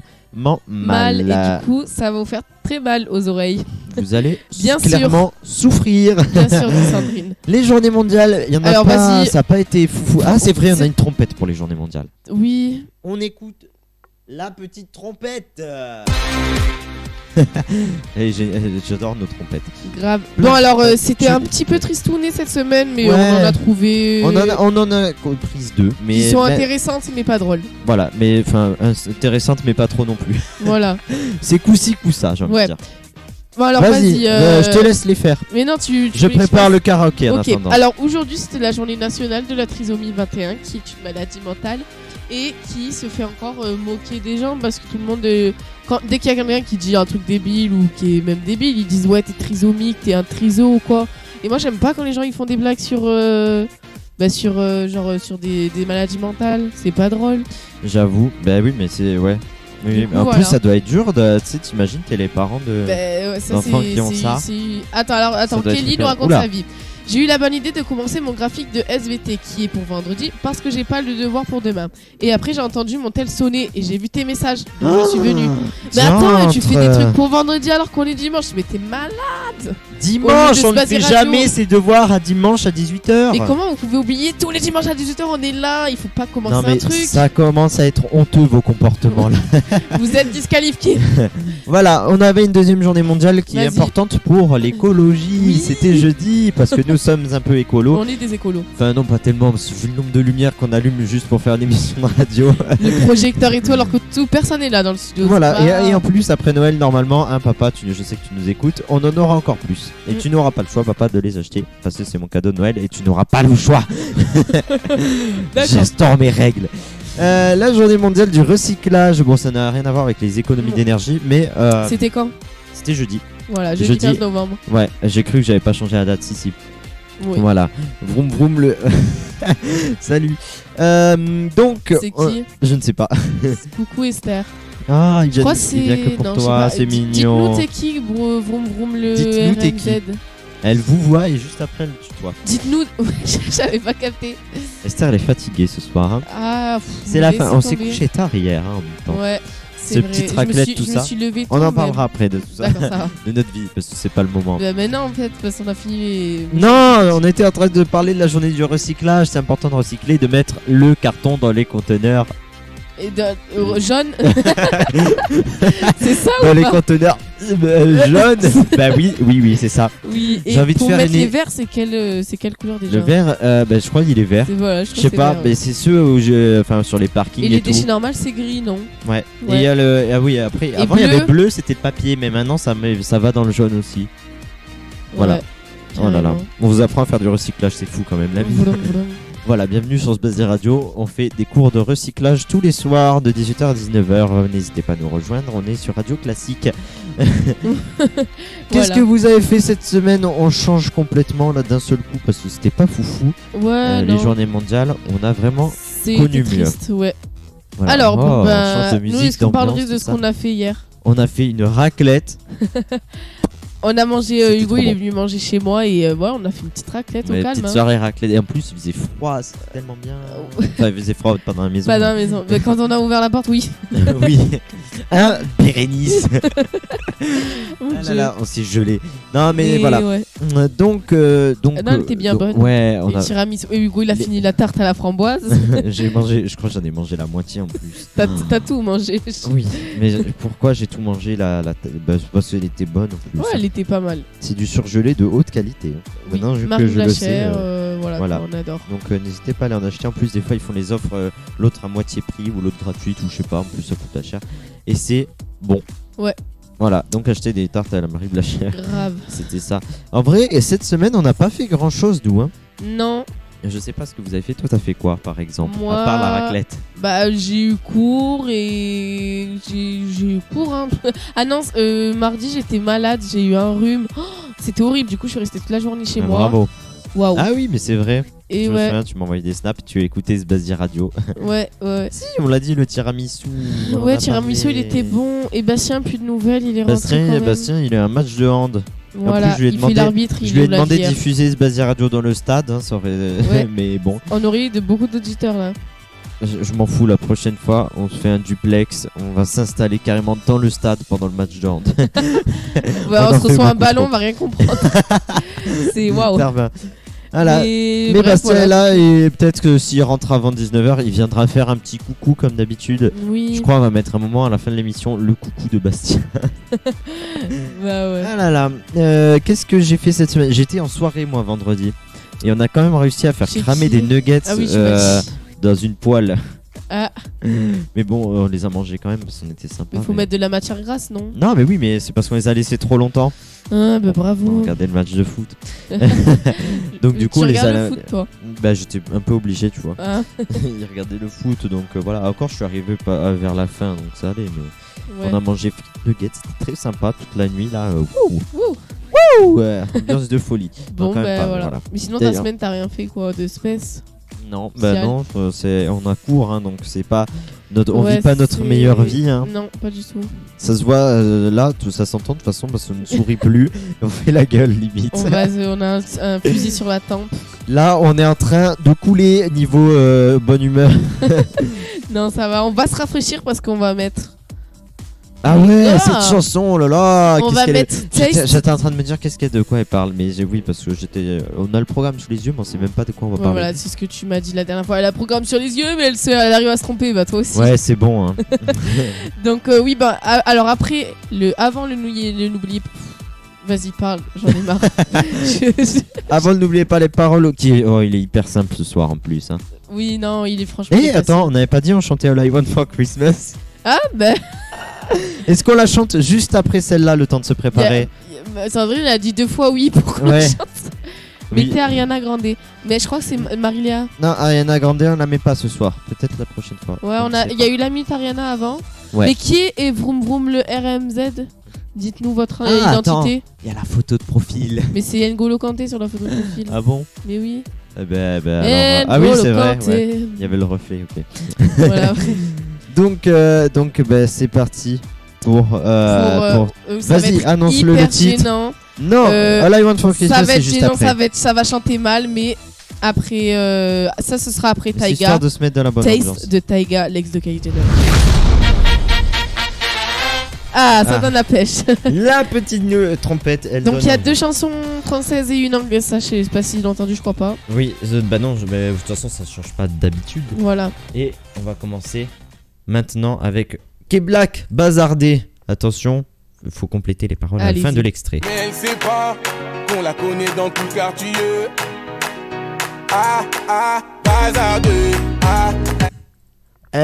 mal.
mal. Et du coup, ça va vous faire très mal aux oreilles.
Vous allez
Bien sûr.
clairement souffrir.
Bien sûr, Sandrine.
[LAUGHS] Les journées mondiales, il y en a
Alors,
pas.
vas-y.
Ça n'a pas été foufou. Ah, c'est vrai, on a
C'est-
une trompette pour les journées mondiales.
Oui.
On écoute la
[LAUGHS]
petite trompette.
Et Eh, j'ai- j'adore nos trompettes.
Grave.
Plein
Bon,
de
alors, euh,
choses.
c'était
Je-
un petit peu tristouné cette semaine, mais
Ouais.
on en a trouvé.
On en a, on en a prise deux, mais
Qui Euh, sont
mais-
intéressantes, mais pas drôles.
voilà, mais enfin ins- intéressantes, mais pas trop non plus.
Voilà.
C'est coup-ci, coup-ça, j'ai envie
Ouais.
de dire.
Bon, alors,
Vas-y,
vas-y.
euh,
euh,
je te laisse les faire.
Mais non, tu. tu
Je
voulais que
prépare le karaoké en
Ok,
attendant.
alors aujourd'hui c'était la journée nationale de la trisomie 21 qui est une maladie mentale et qui se fait encore euh, moquer des gens parce que tout le monde euh, quand, dès qu'il y a quelqu'un qui dit un truc débile ou qui est même débile ils disent ouais t'es trisomique t'es un triso ou quoi et moi j'aime pas quand les gens ils font des blagues sur euh, bah sur euh, genre euh, sur des, des maladies mentales c'est pas drôle
J'avoue. Bah oui, mais c'est. Ouais. Oui,
Du
oui,
coup,
mais en
voilà.
plus, ça doit être dur. de- Tu sais, t'imagines, t'es les parents de.
Bah, ouais, ça,
Euh, D'enfants
c'est-
qui ont
c'est-
ça.
c'est- Attends, alors, attends,
doit être
Kelly nous
hyper-
raconte
Oula.
sa vie. J'ai eu la bonne idée de commencer mon graphique de SVT qui est pour vendredi parce que j'ai pas le devoir pour demain. Et après j'ai entendu mon tel sonner et j'ai vu tes messages. Donc je suis venue.
Ah,
Mais attends, tu fais des
diantre.
trucs pour vendredi alors qu'on est dimanche. Mais t'es malade.
Dimanche,
Au lieu de
on
se
ne
passer
fait
radio.
jamais ses devoirs à dimanche à
Mais
18h.
comment vous pouvez oublier tous les dimanches à 18h on est là. Il faut pas commencer
Non, mais
un truc.
ça commence à être honteux vos comportements
[LAUGHS]
là.
Vous êtes
[LAUGHS]
disqualifié.
voilà, on avait une deuxième journée mondiale qui est
Vas-y.
importante pour l'écologie.
Oui.
C'était jeudi parce que nous sommes un peu écolo.
on est des écolos.
Enfin, non, pas tellement, parce que vu le nombre de lumières qu'on allume juste pour faire une émission de radio.
Le projecteur et tout alors que tout personne est là dans le studio.
voilà,
C'est pas-
et, et en plus, après Noël, normalement, hein, papa, tu, je sais que tu nous écoutes, on en aura encore plus. Et
Mm.
tu n'auras pas le choix, papa, de les acheter. Parce que c'est mon cadeau de Noël et tu n'auras pas le choix.
D'accord.
J'instaure mes règles. Euh, la journée mondiale du recyclage, bon ça n'a rien à voir avec les économies
Non.
d'énergie, mais euh,
C'était quand
c'était jeudi.
Voilà, jeudi
Jeudi.
15 novembre.
Ouais, j'ai cru que j'avais pas changé la date, si si.
Oui.
Voilà, vroom vroom le. [LAUGHS] Salut. Euh, donc,
C'est qui
euh, je ne sais pas.
Coucou Esther.
Ah, il
Je
vient,
crois
il
que c'est.
vient que pour
non, je sais
toi,
pas.
c'est
Dites-
mignon.
Dites-nous t'es qui, bro- vroom vroom le
Dites-nous t'es qui.
RMZ.
Elle vous voit et juste après elle tutoie.
Dites-nous. [LAUGHS] J'avais pas capté.
Esther, elle est fatiguée ce soir. hein.
Ah. pff,
C'est la
laissez
fin. On s'est
tomber.
couché tard hier hein, en même temps.
Ouais.
Ces
C'est vrai.
petites
Je me
raclettes,
suis-
tout
je
ça.
me suis levée
On
tôt,
en
mais-
parlera après de tout ça,
D'accord, ça va.
de notre vie, parce que c'est pas le moment.
Bah, mais non, en fait, parce qu'on a fini les.
Non, on était en train de parler de la journée du recyclage. C'est important de recycler, de mettre le carton dans les conteneurs.
Et de- euh, jaune. [LAUGHS] c'est ça
Dans
ou
les
pas
conteneurs
[LAUGHS]
euh, jaunes Bah oui, oui, oui, c'est ça.
Oui. Et
J'ai envie de
pour
faire
mettre
une-
les verts, c'est quelle, euh, c'est quelle couleur déjà
Le vert, euh, bah, je crois qu'il est vert.
C'est- Voilà, je
Je
crois
sais
que c'est
pas,
vert.
mais c'est ceux où je... enfin, sur les parkings
Et
et,
les
tout.
déchets normaux, c'est gris, non
Ouais. Et
Ouais.
il y a le. Ah oui, après, avant il y
bleu
avait bleu, c'était le papier, mais maintenant ça, met- ça va dans le jaune aussi. Voilà.
Ouais,
Oh là là.
carrément.
On vous apprend à faire du recyclage, c'est fou quand même la vie.
Vroom, vroom.
Voilà, bienvenue sur Space des Radio. On fait des cours de recyclage tous les soirs de 18h à 19h. Euh, N'hésitez pas à nous rejoindre, on est sur Radio Classique. Qu'est-ce
Voilà.
que vous avez fait cette semaine On change complètement là d'un seul coup parce que c'était pas foufou.
Ouais,
Euh,
non.
les journées mondiales, on a vraiment.
C'est
connu
c'est triste, ouais.
Voilà.
Alors,
Oh,
bon,
on change
bah,
de
nous, est-ce
musique,
qu'on
d'ambiance,
parlerait de
tout
ce
ça.
qu'on a fait hier
On a fait une raclette.
On a mangé, euh,
C'était
Hugo,
trop
il est
bon.
venu manger chez moi et euh, voilà, on a fait une petite raclette
Ouais,
au calme.
petite
hein. Oh.
soirée raclette. Et en plus, il faisait froid, c'était tellement bien. enfin, il faisait froid pas dans la maison. [LAUGHS]
Pas dans la maison. Mais quand on a ouvert la porte, oui.
oui. Hein,
[LAUGHS]
Bérénice.
Mon
Ah là
Oh, Dieu.
là, on s'est gelé. Non, mais
Et
voilà.
ouais.
Euh, Donc, euh, donc.
Ah non, elle
euh,
était bien
donc-
bonne.
Ouais, on
Et
a-
tiramisu. Et Hugo, il a
Les-
fini la tarte à la framboise.
[LAUGHS] j'ai mangé. Je crois que j'en ai mangé la moitié en plus. Hum.
T'as t'as tout mangé.
Oui, mais pourquoi j'ai tout mangé la, la ta- bah, c'est parce qu'elle était bonne en plus.
Ouais, elle était pas mal.
C'est du surgelé de haute qualité. hein.
Oui.
Maintenant, vu
Marc
que je le sais.
Blachère,
euh,
euh, voilà,
voilà.
quoi, on adore.
Donc euh, n'hésitez pas à aller en acheter. En plus, des fois, ils font les offres, euh, l'autre à moitié prix ou l'autre gratuite ou je sais pas. En plus, ça coûte pas cher. Et c'est bon.
Ouais.
Voilà, donc acheter des tartes à la Marie Blachère.
Grave.
[LAUGHS] C'était ça. En vrai, et cette semaine, on n'a pas fait grand chose, d'où. Hein.
Non,
Je sais pas ce que vous avez fait. Toi, t'as fait quoi, par exemple À
Moi-
part la raclette.
Bah j'ai eu cours et j'ai j'ai eu cours hein. [LAUGHS] Ah non, euh, mardi j'étais malade, j'ai eu un rhume. Oh, C'était horrible, du coup je suis restée toute la journée chez
Ah,
moi.
Bravo.
Waouh.
Ah oui, mais c'est vrai.
et
je me
ouais,
souviens, tu m'envoyais des snaps, tu écoutais ce Basdi
[LAUGHS]
Radio.
ouais, ouais.
si, on l'a dit, le tiramisu. on en a
Ouais, tiramisu il
parlé.
était bon. Et Bastien, plus de nouvelles, il est rentré.
Bastien,
quand même.
Bastien, il a un match de hand.
voilà,
je lui ai
il
demandé-
fait l'arbitre, il
je lui ai
ouvre la
demandé de
bière.
diffuser ce Basdi Radio dans le stade, hein, ça aurait-
Ouais.
[LAUGHS] mais bon,
On aurait eu de beaucoup d'auditeurs là.
je, je m'en fous. La prochaine fois, on se fait un duplex, on va s'installer carrément dans le stade pendant le match de hand.
Bah,
On
on,
en
se
fait
reçoit un
beaucoup
ballon,
trop.
on va
[LAUGHS]
rien comprendre. C'est waouh.
Tarvin. Voilà. Mais,
Mais, bref,
Bastien est là
voilà.
et peut-être que s'il rentre avant 19h, il viendra faire un petit coucou comme d'habitude. Je
Oui,
crois qu'on va mettre un moment à la fin de l'émission le coucou de
[LAUGHS]
Bastien.
bah ouais.
Ah là là, euh, qu'est-ce que j'ai fait cette semaine J'étais en soirée moi vendredi. Et on a quand même réussi à faire
Chez
cramer des
qui
nuggets
Ah oui, je
euh,
suis
dans une poêle.
Ah.
[LAUGHS] mais bon, euh, on les a mangés quand même parce qu'on était sympa.
Il faut mettre de la matière grasse, non
Non, mais oui, mais c'est parce qu'on les a laissés trop longtemps.
Ah, bah
On
bravo.
regardait le match de foot.
[LAUGHS]
[LAUGHS] donc, du
Tu
coup, on les
regardes
a.
le foot, toi.
Bah, j'étais un peu obligé, tu vois.
Ah,
[LAUGHS] Ils regardaient le foot, donc euh, voilà. Encore, je suis arrivé pas- euh, vers la fin, donc ça allait. Mais
ouais.
on a mangé frites nuggets, c'était très sympa toute la nuit là. euh, wouh,
Ouh.
wouh, euh, ambiance de
[LAUGHS]
folie.
Bon,
Non, quand
bah
même pas,
voilà.
voilà.
Mais sinon, ta
D'ailleurs.
semaine, t'as rien fait, quoi, de espèce.
Non,
Si,
bah
Al-
non, euh, c'est on a cours, hein, donc c'est pas notre, on
Ouais,
vit pas notre
c'est-
meilleure vie. Hein.
Non, pas du
[LAUGHS]
tout.
Ça se voit euh, là, tout ça s'entend de toute façon parce qu'on ne sourit plus, [LAUGHS] et on fait la gueule limite.
On, va, on a un, un fusil sur
[LAUGHS]
la tempe.
Là, on est en train de couler niveau euh, bonne humeur.
Non, ça va. On va se rafraîchir parce qu'on va mettre.
Ah ouais,
Ah.
cette chanson, oh là là,
on
qu'est-ce
va
qu'elle est-
mettre
J'étais
Taste.
j'étais en train de me dire qu'est-ce qu'elle de quoi elle parle, mais j'ai- oui parce que j'étais, euh, on a le programme sous les yeux, mais on sait même pas de quoi on va
Ouais,
parler.
voilà, c'est ce que tu m'as dit la dernière fois. Elle a programme sur les yeux, mais elle, se- elle arrive à se tromper. Bah, toi aussi.
Ouais, c'est
[LAUGHS]
bon. Hein.
Donc, euh, oui, bah, a- alors après, le, avant le nouiller- le n'oubliez pas. Vas-y, parle, j'en ai
[LAUGHS]
marre. [LAUGHS] Je-
Avant, n'oubliez pas les paroles. Qui, oh, il est hyper simple ce soir en plus. Hein.
Oui, non, il est franchement.
Eh,
dépassé.
attends, on n'avait pas dit on chantait All I Want for Christmas.
Ah, bah.
Est-ce qu'on la chante juste après celle-là, le temps de se
il y a-
préparer
il y a- bah, Sandrine elle a dit deux fois oui pour qu'on
Ouais.
chante. Mettez
Oui.
Ariana Grande. Mais je crois que c'est Ma- Marilia.
Non, ah, Ariana Grande, on la met pas ce soir. Peut-être la prochaine fois.
Ouais,
Je
on a,
sais
il y a eu la mythe Ariana avant.
Ouais.
Mais qui est, et Vroom Vroom le RMZ Dites-nous votre euh,
Ah, attends.
identité.
pas. Il y a la photo de
[LAUGHS]
profil.
Mais c'est N'Golo Kanté sur la photo de profil.
Ah bon
Mais oui.
Eh ben, eh ben, alors, euh, Ah oui,
N'Golo
c'est vrai. ouais.
Kanté.
Il y avait le reflet, ok.
[LAUGHS] Voilà.
Donc, euh, donc bah, c'est parti pour. euh,
Pour, euh,
pour-
euh, ça va
Vas-y,
être
annonce-le,
hyper
le titre.
gênant.
Non,
euh,
All I Want for
Ça
Christmas,
va
c'est
être
juste
gênant,
après.
ça va, être, ça va chanter mal, mais après. euh, ça, ce sera après
C'est
Taiga.
histoire de se mettre dans la bonne ambiance.
[LAUGHS]
Taste de Taiga, l'ex de Kylie Jenner. Ah, ça
Ah.
donne la pêche.
La petite
euh,
nu- trompette, elle
Donc
donne
il y a
envie.
deux chansons françaises et une anglaise, ça je sais pas si l'ont entendu, je crois pas.
Oui, je- bah non, je- mais de toute façon, ça change pas d'habitude.
Voilà.
Et on va commencer maintenant avec Keblak Bazardé. Attention, il faut compléter les paroles à la
Allez-y.
fin de l'extrait.
Mais elle sait pas qu'on la connaît dans tout le quartier. Ah ah, bazardeux. Ah,
Eh,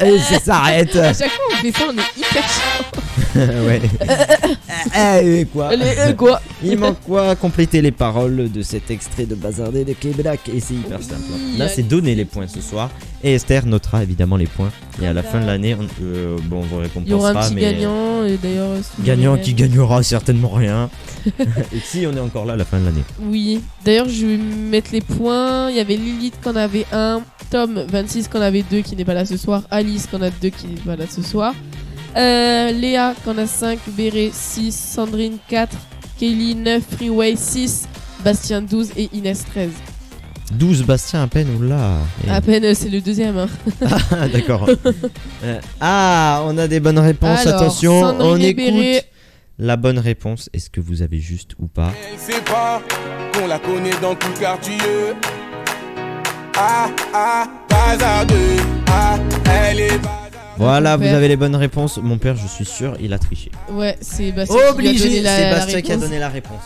eh, ça s'arrête.
Ah.
À chaque fois on fait ça, on est hyper chiant.
[LAUGHS] ouais.
[LAUGHS]
Eh, eh,
Ah.
quoi
Allez, euh, quoi
Il manque quoi Compléter les paroles de cet extrait de Bazardé de Keblak. Et c'est hyper simple.
Oui,
Là,
allez.
c'est donner les points ce soir. Et Esther notera évidemment les points. Et à la fin de l'année, on, euh, bon, on vous récompensera.
Il y aura un petit
mais...
gagnant, et d'ailleurs. euh, si vous
Gagnant
voulez-
qui gagnera
[LAUGHS]
certainement rien. [LAUGHS] Et si on est encore là à la fin de l'année.
Oui. D'ailleurs, je vais mettre les points. Il y avait Lilith qu'on avait un, Tom 26 qu'on avait deux qui n'est pas là ce soir, Alice qu'on a deux qui n'est pas là ce soir, euh, Léa qu'on a 5, Béré 6, Sandrine 4, Kelly 9, Freeway 6, Bastien 12 et Inès 13.
12 Bastien à peine, oula. Et-
À peine, euh, c'est le deuxième. hein.
Ah, [LAUGHS]
[LAUGHS]
d'accord. Euh, ah, on a des bonnes réponses,
Alors,
attention, on
Sandrine et Béré.
écoute la bonne réponse. Est-ce que vous avez juste ou pas
Elle sait pas qu'on la connaît dans tout le quartier. Ah ah, bazardeux. Ah, elle est bazardeux.
Voilà, vous
père.
avez les bonnes réponses. Mon père, je suis sûr, il a triché.
Ouais, Ah, c'est Bastien qui lui a donné
Obligé,
la,
c'est
la
Bastien qui a
réponse.
donné
[LAUGHS]
la réponse.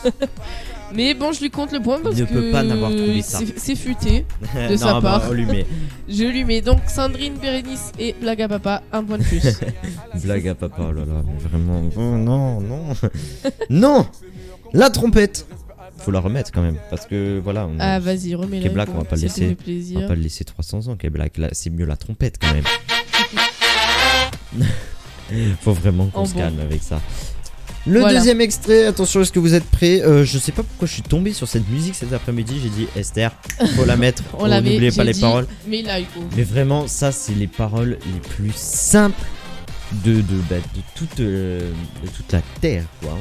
Mais bon, je lui compte le point parce
ne
que
peut pas n'avoir trouvé ça.
c'est- c'est futé.
De
sa part.
on bah, lui met.
Je lui mets donc Sandrine, Bérénice et Blaga Papa un point de
[LAUGHS]
plus.
Blague à papa, oh là là, mais vraiment. Oh non, non. [LAUGHS] non La trompette Faut la remettre quand même, parce que voilà. on-
ah vas-y, remets-le.
Kebla, qu'on va pas laisser. On va
plaisir.
pas le laisser 300 ans, Black. Là, c'est mieux la trompette quand même. [LAUGHS] Faut vraiment qu'on
En
se
bon.
calme avec ça. Le
Voilà.
deuxième extrait, attention, est-ce que vous êtes prêts Euh, Je sais pas pourquoi je suis tombé sur cette musique cet après-midi. J'ai dit Esther, faut la mettre.
[LAUGHS] On
faut-
l'avait,
Oh, N'oubliez pas
j'ai
les
dit,
paroles.
Mais là, Hugo.
Mais vraiment, ça, c'est les paroles les plus simples de, de, bah, de toute, euh, de toute la terre, quoi.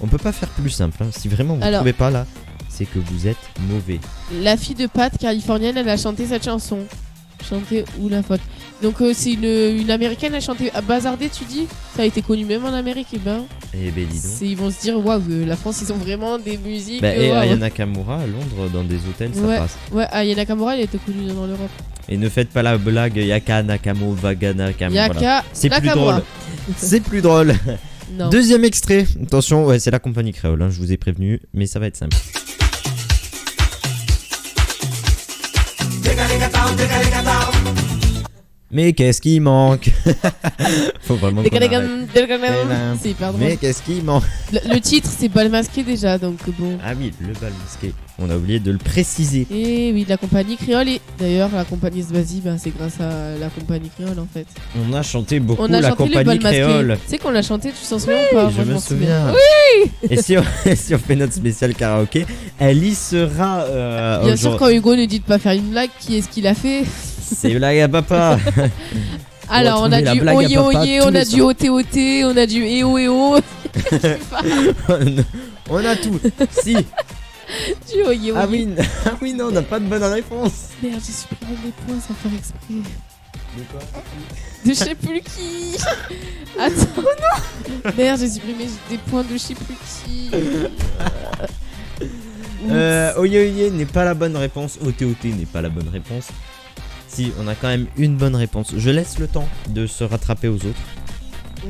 On peut pas faire plus simple. hein. Si vraiment vous ne
Alors.
trouvez pas là, c'est que vous êtes mauvais.
La fille de Pat californienne, elle a chanté cette chanson. Chanter ou la faute. Donc euh, c'est une, une américaine, elle a chanté à Ah, Bazardé, tu dis Ça a été connu même en Amérique, et ben
Eh ben, dis donc.
c'est- ils vont se dire waouh, euh, la France, ils ont vraiment des musiques.
Bah,
euh,
et
waouh.
Aya Nakamura à Londres, dans des hôtels, ça
Ouais.
passe.
Ouais, Aya Nakamura, elle était connue dans l'Europe.
Et ne faites pas la blague Yaka Nakamo Vaga Nakamo. voilà.
Yaka,
C'est plus
Nakamura. [LAUGHS]
drôle. C'est plus drôle.
Non.
Deuxième extrait. Attention, ouais, c'est la compagnie créole, hein, je vous ai prévenu, mais ça va être simple.
Mais qu'est-ce qui
[LAUGHS]
manque Faut vraiment qu'on arrête.
Décalagam, C'est hyper drôle.
Mais qu'est-ce qui manque
Le, le titre, c'est bal masqué déjà, donc bon.
Ah oui, le bal masqué. On a oublié de le préciser.
Et oui, de la compagnie créole. Et d'ailleurs, la compagnie Swazi, ben, c'est grâce à la compagnie créole en fait.
On a chanté beaucoup
On a
la
chanté le
compagnie
bal masqué.
créole.
Tu sais qu'on l'a chanté, tu t'en souviens ou
je
pas Ah, Moi,
me
m'en
souviens. et, si on, [LAUGHS] et si on fait notre spécial karaoké, elle y sera. euh,
Bien sûr,
aujourd'hui.
quand Hugo nous dit de pas faire une blague, qui est-ce qu'il a fait
C'est blague à
[LAUGHS]
papa.
Alors, on a
retrouver la
du oh
blague à
oyé
papa
oyé,
tous
on
les
a du oh oté oté, on a du eh oh, éo [LAUGHS] éo,
[LAUGHS] on a tout.
[LAUGHS]
Si.
du oh oyé oyé.
Ah oui, ah oui non, on n'a pas de bonne réponse.
Merde, j'ai supprimé des points sans faire exprès. De je sais plus qui Attends. Merde, j'ai supprimé des points de je sais plus qui.
Euh, Oye Oye n'est pas la bonne réponse. OTOT n'est pas la bonne réponse. Si, on a quand même une bonne réponse. Je laisse le temps de se rattraper aux autres.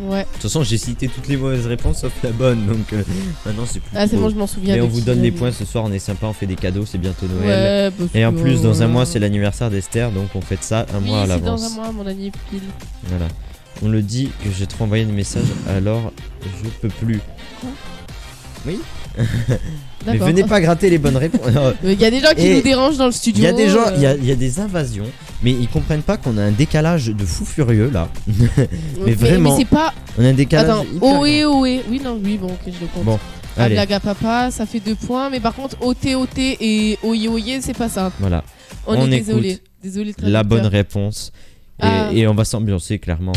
Ouais.
De toute façon, j'ai cité toutes les mauvaises réponses sauf la bonne, donc euh, maintenant c'est plus.
Ah, c'est
trop.
bon, je m'en souviens.
Mais
de
on vous
qui
donne des
j'avais.
points ce soir, on est sympa, on fait des cadeaux, c'est bientôt Noël.
Ouais, bah,
Et en
faut-
plus, dans un mois, c'est l'anniversaire d'Esther, donc on fait ça un
Oui,
mois à
c'est dans un
l'avance.
mois, mon ami pile.
Voilà. On le dit que j'ai trop envoyé de messages, alors je peux plus. Mais
D'accord.
venez pas gratter les bonnes réponses. Non,
Il y a des gens qui
Et
nous dérangent dans le studio.
Il y a des gens,
euh,
il y a, il y a des invasions, mais ils comprennent pas qu'on a un décalage de fou furieux là.
mais
vraiment.
Mais c'est pas.
On a un décalage.
Attends,
hyper grand.
ohé, ohé. Oui, non, oui, bon, ok, je le compte.
Bon,
La
Allez,
blague à papa, ça fait deux points. Mais par contre, OT, OT et Oye, Oye, c'est pas ça.
voilà.
On,
On
est
écoute
désolé. Désolé, le
la
traducteur.
bonne réponse. Et,
Ah.
et on va s'ambiancer clairement.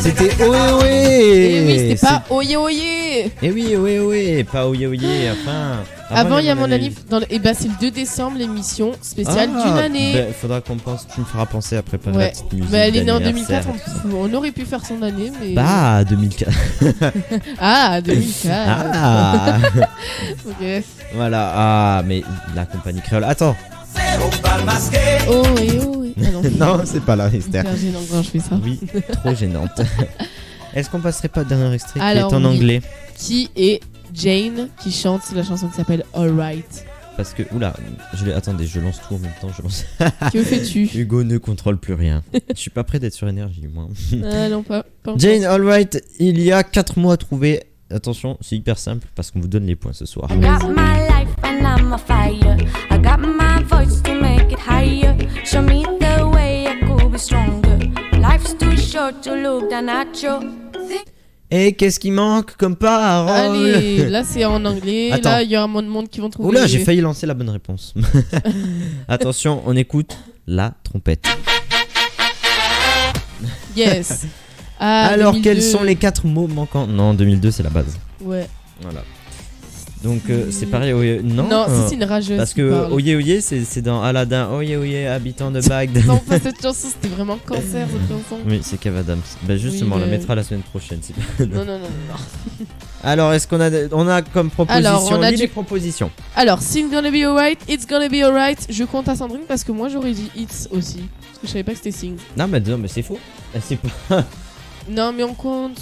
C'était ohé ohé
[LAUGHS] Eh oui, c'était pas Oye, Oye.
Et eh oui ohé ohé, pas ohé ohé, enfin.
Avant, il y a mon
avis
anniv. Dans le- Eh ben, c'est le 2 décembre, l'émission spéciale d'une année.
bah, faudra qu'on pense, tu me feras penser à préparer la
Ouais.
petite musique.
Bah, elle est née en
d'anniversaire.
2004, on, on aurait pu faire son année, mais.
Bah, 2004.
Ah, 2004.
Ah [LAUGHS]
ok.
Voilà, ah, mais la compagnie créole. Attends
Oh, et oh, et- Ah non,
Non, c'est pas là, Esther.
hyper gênant quand je fais ça.
Oui, trop gênante. [LAUGHS] Est-ce qu'on passerait pas au dernier extrait
Alors,
qui est en
oui.
anglais
Qui est Jane qui chante la chanson qui s'appelle Alright
Parce que, oula, je l'ai- attendez, je lance tout en même temps. Je lance...
Que fais-tu
[LAUGHS] Hugo ne contrôle plus rien. Je suis pas prêt d'être sur énergie, moi.
Ah non, pas. pas encore.
Jane, alright, il y a 4 mois à trouver. Attention, c'est hyper simple parce qu'on vous donne les points ce soir.
I
Ah.
got my life and I'm a fire. I got my voice to make it higher. Show me the way I could be stronger. Life's too short to look down at you.
Et qu'est-ce qui manque comme parole
Allez, là c'est en anglais.
oh, Attends.
Là, il y a un monde monde qui vont trouver.
Oula, j'ai failli lancer la bonne réponse. [LAUGHS] Attention, on écoute la trompette. [LAUGHS]
Yes. Ah,
Alors,
2002.
quels sont les quatre mots manquants Non, 2002, c'est la base.
Ouais.
Voilà. Donc, euh, c'est pareil. Oye- Non,
Non,
euh,
c'est une rageuse.
parce
qui
que
parle.
Oye Oye, c'est c'est dans Aladdin. Oye Oye, habitant de Bagdad.
[LAUGHS] Non, pas cette chanson, c'était vraiment cancer cette chanson.
[LAUGHS] Oui, c'est Kev Adams. Bah, justement,
Oui,
on la
mais-
mettra la semaine prochaine. c'est-
Non, non, non, non. non.
Alors, est-ce qu'on a, on a comme proposition
Alors, on a
lis
du-
les propositions.
Alors, It's gonna be alright, it's gonna be alright. Je compte à Sandrine parce que moi j'aurais dit it's aussi. Parce que je savais pas que c'était sing.
Non, mais, non, mais c'est faux. C'est pas-
Non, mais on compte.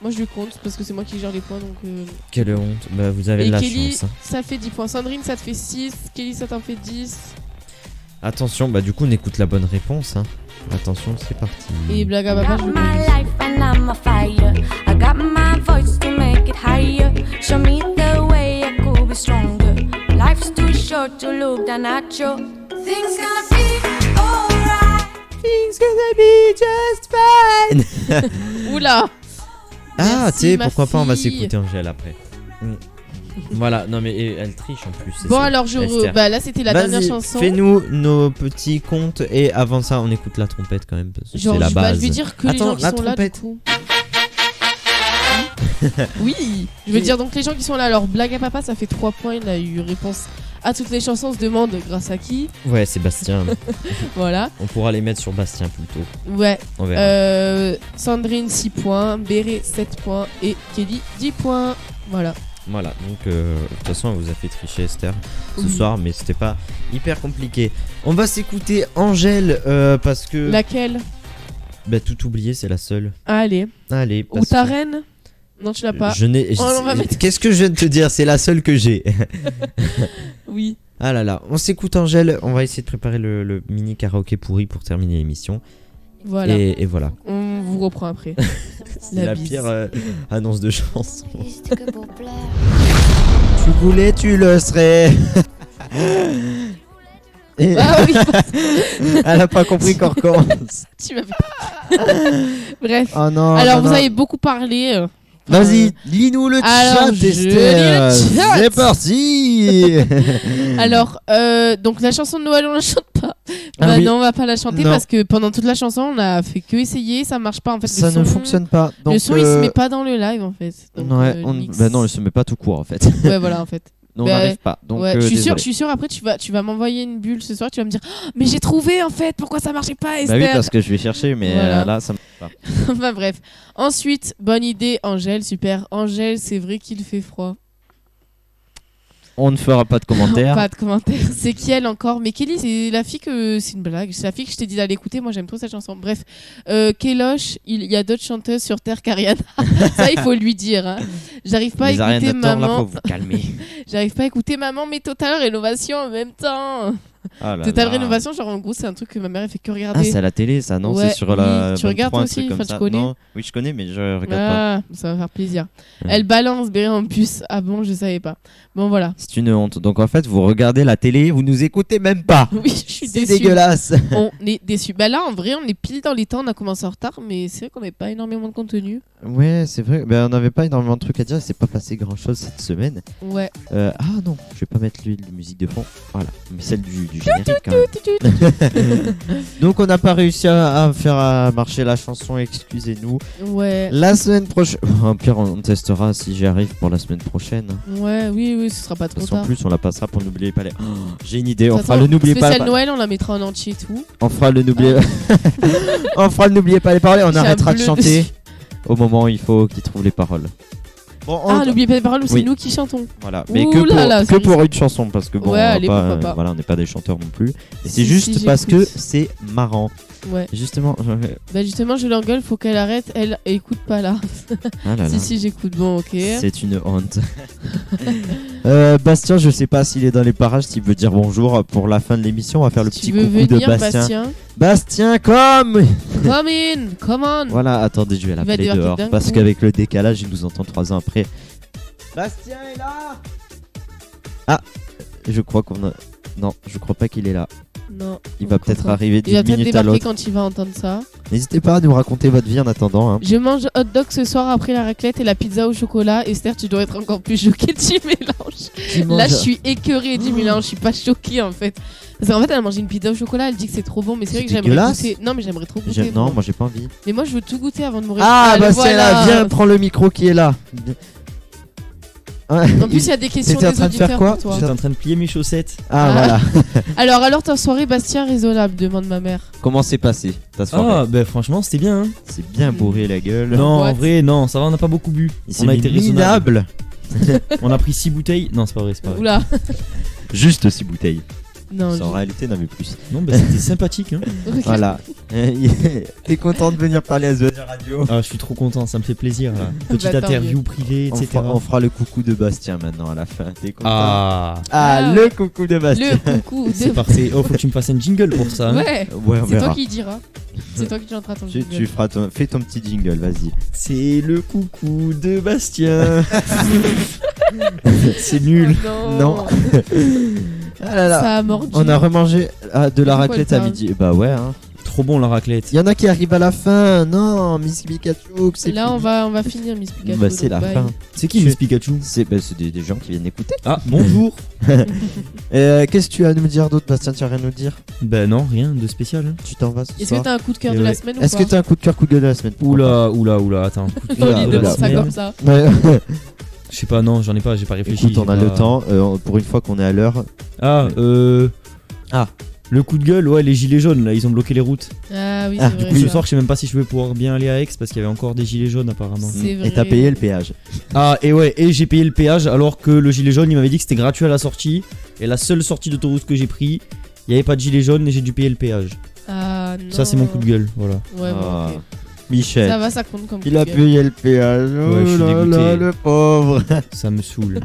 Moi je lui compte parce que c'est moi qui gère les points donc. euh,
Quelle honte. Bah, vous avez
Et
de la
Kelly,
chance. hein.
ça fait 10 points. Sandrine, ça te fait 6. Kelly, ça t'en fait 10.
Attention, bah, du coup, on écoute la bonne réponse. hein. Attention, c'est parti.
Et blague à papa,
Got
je le
my
compte.
life and I'm a fire. I got my voice to make it higher. Show me the way I could be stronger. Life's too short to look down at you. Things gonna be alright.
Things gonna be just fine.
Oula
Ah,
Merci,
tu sais,
ma
pourquoi pas, on va
fille.
s'écouter Angèle après. Mm. voilà, non, mais et elle triche en plus. c'est
Bon,
ça.
alors, je. re-
Esther.
Bah, là, c'était la
Vas-y,
dernière chanson.
Fais-nous nos petits comptes et avant ça, on écoute la trompette quand même. parce que
Genre,
c'est la
je, bah,
base.
je vais dire que les
Attends,
gens qui
la
sont là, du
trompette.
coup. Hein oui Je veux dire, donc, les gens qui sont là. Alors, blague à papa, ça fait 3 points. Il a eu réponse à toutes les chansons. On se demande grâce à qui.
Ouais, Sébastien. [LAUGHS]
Voilà.
on pourra les mettre sur Bastien plutôt.
Ouais.
On verra.
Euh, Sandrine, 6 points. Béré, 7 points. Et Kelly, 10 points. Voilà.
Voilà, donc euh, de toute façon, on vous a fait tricher Esther ce
Oui.
soir, mais c'était pas hyper compliqué. On va s'écouter Angèle euh, parce que.
Laquelle
Bah, tout oublié, c'est la seule.
Allez.
Allez,
Ou
parce
ta
que-
reine Non, tu l'as pas.
Je n'ai.
Oh, on va mettre-
Qu'est-ce que je viens de te dire C'est la seule
[LAUGHS]
que j'ai.
Oui.
Ah là là, on s'écoute Angèle, on va essayer de préparer le, le mini karaoké pourri pour terminer l'émission.
Voilà.
Et, et voilà.
On vous reprend après.
[LAUGHS] C'est la
bise.
pire euh,
[LAUGHS]
annonce de chance.
Tu voulais, tu le
[LAUGHS]
serais. Et
Ah
[LAUGHS]
oui,
elle a pas compris qu'on recommence.
tu m'as fait- [LAUGHS] Bref.
Oh non.
Alors,
non,
vous
non.
avez beaucoup parlé. euh,
Vas-y, lis-nous le
Alors,
chat,
je
Esther.
lis le chat.
C'est parti.
Alors, euh, donc la chanson de Noël, on la chante pas.
Ah
bah
oui.
non, on va pas la chanter
Non.
parce que pendant toute la chanson, on a fait que essayer, ça marche pas en fait.
Ça
le
ne
son-
fonctionne pas. Donc,
le son, il se
euh,
met pas dans le live en fait. Donc,
ouais,
euh,
on-
le mix-
Bah non, il se met pas tout court en fait. [LAUGHS]
Ouais, voilà en fait.
Non, on
Bah,
n'arrive pas. Donc,
Ouais,
euh,
je suis sûr,
désolé.
je suis sûr. Après, tu vas, tu vas m'envoyer une bulle ce soir. Tu vas me dire, Oh, mais j'ai trouvé en fait. Pourquoi ça marchait pas,
Bah
Esther
oui, parce que je vais chercher, mais
Voilà.
euh, là, ça. me-
[LAUGHS] Enfin bref. Ensuite, bonne idée, Angèle, super. Angèle, c'est vrai qu'il fait froid.
On ne fera pas de commentaires.
Pas de commentaires. [LAUGHS] C'est qui elle encore Mais Kelly, c'est la fille que. C'est une blague. C'est la fille que je t'ai dit d'aller écouter. Moi, j'aime trop cette chanson. Bref. Euh, Keloche, il y a d'autres chanteuses sur Terre qu'Ariana. [LAUGHS] Ça, il faut lui dire. hein. J'arrive pas à
les
écouter
arianateurs, là, faut
maman.
vous
[LAUGHS]
calmer.
J'arrive pas à écouter maman, mais Total Rénovation en même temps.
Ah là
Total
là.
Rénovation, genre en gros, c'est un truc que ma mère, elle fait que
Ah,
regarder.
c'est à la télé, ça, non
Ouais,
C'est sur la.
oui, tu regardes
23, un
aussi,
truc comme
enfin, tu
ça.
connais
Non, Oui, je connais, mais je regarde pas.
Ah, ça va faire plaisir.
Ouais.
Elle balance Béré en bus. Ah bon, je savais pas. Bon, voilà. [LAUGHS]
C'est une honte. Donc en fait, vous regardez la télé, vous nous écoutez même pas.
Oui, [LAUGHS] je suis
C'est
déçue.
dégueulasse.
On est déçus. Bah là, en vrai, on est pile dans les temps. On a commencé en retard, mais c'est vrai qu'on n'avait pas énormément de contenu.
Ouais, c'est vrai. Ben, on n'avait pas énormément de trucs à dire. C'est pas passé grand chose cette semaine.
Ouais.
Euh, ah non, je vais pas mettre lui de musique de fond. Voilà, mais celle du, du générique. quand même. [LAUGHS] Donc on n'a pas réussi à, à faire à marcher la chanson. Excusez-nous.
Ouais.
La semaine prochaine. [LAUGHS] En pire, on on testera si j'y arrive pour la semaine prochaine. hein.
Ouais, oui, oui, ce sera pas
De
trop
toute façon, en
tard.
plus, on la passera pour n'oubliez pas les. Oh, J'ai une idée.
De
On
toute
fera
façon,
le n'oubliez pas.
Spécial Noël, on la mettra en entier et tout.
On fera le n'oubliez. [LAUGHS] on fera le n'oubliez pas les paroles. et On
J'ai un
arrêtera de
bleu
chanter
dessus.
au moment où il faut qu'il trouve les paroles. Bon, on-
Ah, n'oubliez pas les paroles, c'est
Oui.
nous qui chantons.
Voilà, mais
Ouh
que,
là
pour,
là,
que
c'est
pour une chanson, parce que bon,
Ouais,
on va
allez,
pas,
pourquoi
euh,
pas.
voilà, on n'est pas des chanteurs non plus. Et
Si,
c'est juste
si,
parce que
j'écoute.
c'est marrant.
Ouais.
Justement, [LAUGHS]
Bah justement, je l'engueule, faut qu'elle arrête. Elle écoute pas là.
ah là là,
Si, si, j'écoute. Bon, ok.
c'est une honte. [LAUGHS] Euh, Bastien, je sais pas s'il est dans les parages, s'il veut dire bonjour pour la fin de l'émission. On va faire le
Si
petit
tu veux
coucou
venir,
de Bastien. Bastien, comme
Come in, come on.
Voilà, attendez, je vais
Mm. va
l'appeler
débarquer
dehors
d'un
parce
coup.
qu'avec le décalage, il nous entend trois ans après. Bastien est là Ah, je crois qu'on a. Non, je crois pas qu'il est là.
Non.
Il va peut-être
comprend.
arriver
Il va
d'une
peut-être
minute à
débarquer
l'autre.
quand il va entendre ça.
N'hésitez pas à nous raconter votre vie en attendant. hein.
Je mange hot dog ce soir après la raclette et la pizza au chocolat. Esther, tu dois être encore plus choquée du mélange. Là, je suis écœurée du mélange. Je suis pas choquée en fait. Parce qu'en fait, elle a mangé une pizza au chocolat. Elle dit que c'est trop bon, mais c'est vrai
C'est
que j'aimerais
dégueulasse.
goûter. Non, mais j'aimerais trop goûter.
J'aime- Non,
moi.
moi j'ai pas envie.
Mais moi, je veux tout goûter avant de mourir.
Ah,
le
bah c'est
voilà.
là, viens, prends le micro qui est là.
En plus, il y a des questions
T'étais en
des
train de faire
auditeurs
quoi
pour toi.
J'étais en train de plier mes chaussettes.
Ah,
Ah.
voilà.
Alors, alors ta soirée, Bastien, raisonnable demande ma mère.
Comment s'est passé ta soirée
Ah, bah franchement, c'était bien. hein.
C'est bien bourré la gueule.
Non, en
boîte.
vrai, non, ça va, on n'a pas beaucoup bu.
Il s'est
On a
mis
été raisonnable.
minable.
On a pris 6 bouteilles. Non, c'est pas vrai, c'est pas
[LAUGHS]
vrai.
Oula.
Juste six bouteilles.
Non.
Ça, en réalité, n'avait [LAUGHS] plus.
Non, bah c'était sympathique. Hein.
je-
Voilà. [LAUGHS] T'es content de venir parler à Zone Radio
Ah, je suis trop content, ça me fait
[LAUGHS]
plaisir. là. Petite
Bah, tant
interview privée,
on
etc.
fera, on fera le coucou de Bastien maintenant à la fin. T'es content
Ah,
Ah,
Ah,
le coucou de Bastien.
Le
[LAUGHS]
coucou. de-
c'est parfait. Oh, faut que tu me fasses un jingle pour ça. hein.
Ouais.
Ouais, on
C'est toi
verra.
qui diras. C'est toi qui chantera ton
Tu,
jingle.
tu feras ton- fais ton petit jingle, vas-y.
C'est le coucou
[LAUGHS]
de Bastien. c'est nul.
Oh
Non. Ah là là.
Ça a mordu.
On a remangé ah, de la
De quoi
raclette
elle
à
parle
midi. Bah ouais. Hein.
Trop bon la raclette.
Il y en a qui arrivent à la fin. Non, Miss Pikachu, que c'est.
Là,
fini.
on va, on va finir Miss Pikachu.
Bah c'est la
donc bye.
fin.
C'est qui Miss Pikachu
C'est bah, c'est des, des gens qui viennent écouter.
Ah, bonjour.
Euh, Qu'est-ce que tu as à nous dire d'autre, Bastien Tu as rien à nous dire
ben non, rien de spécial. hein.
Tu t'en vas ce
Est-ce
soir
que t'as un coup de cœur
Et
de la
ouais.
semaine ou
Est-ce que
pas
t'as un coup de cœur, coup de gueule de la semaine
Oula, oula, oula, attends. Coup de
Non,
cœur
il
oula,
de
donne
la
ça
semaine.
comme ça.
Ouais.
[LAUGHS] Je sais pas, non, j'en ai pas, j'ai pas réfléchi.
Écoute, on
j'ai
a
pas-
le temps. euh, pour une fois qu'on est à l'heure.
Ah, euh.
Ah.
Le coup de gueule, ouais, les gilets jaunes, là, ils ont bloqué les routes.
Ah oui,
Ah,
c'est
Du
vrai.
coup, ce
ça.
soir, je sais même pas si je vais pouvoir bien aller à Aix parce qu'il y avait encore des gilets jaunes apparemment.
C'est vrai.
Et t'as payé le péage.
Ah, et ouais, et j'ai payé le péage alors que le gilet jaune, il m'avait dit que c'était gratuit à la sortie. Et la seule sortie d'autoroute que j'ai pris, il n'y avait pas de gilet jaune et j'ai dû payer le péage.
Ah, non.
Ça, c'est mon coup de gueule, voilà.
Ah,
Ouais, bon, ok.
Donc
Michel.
Ça va, ça compte comme
Il a
coup de gueule.
payé le péage. Oh
Ouais, je suis
là
dégoûté.
là, le pauvre. [LAUGHS]
Ça me [LAUGHS] saoule.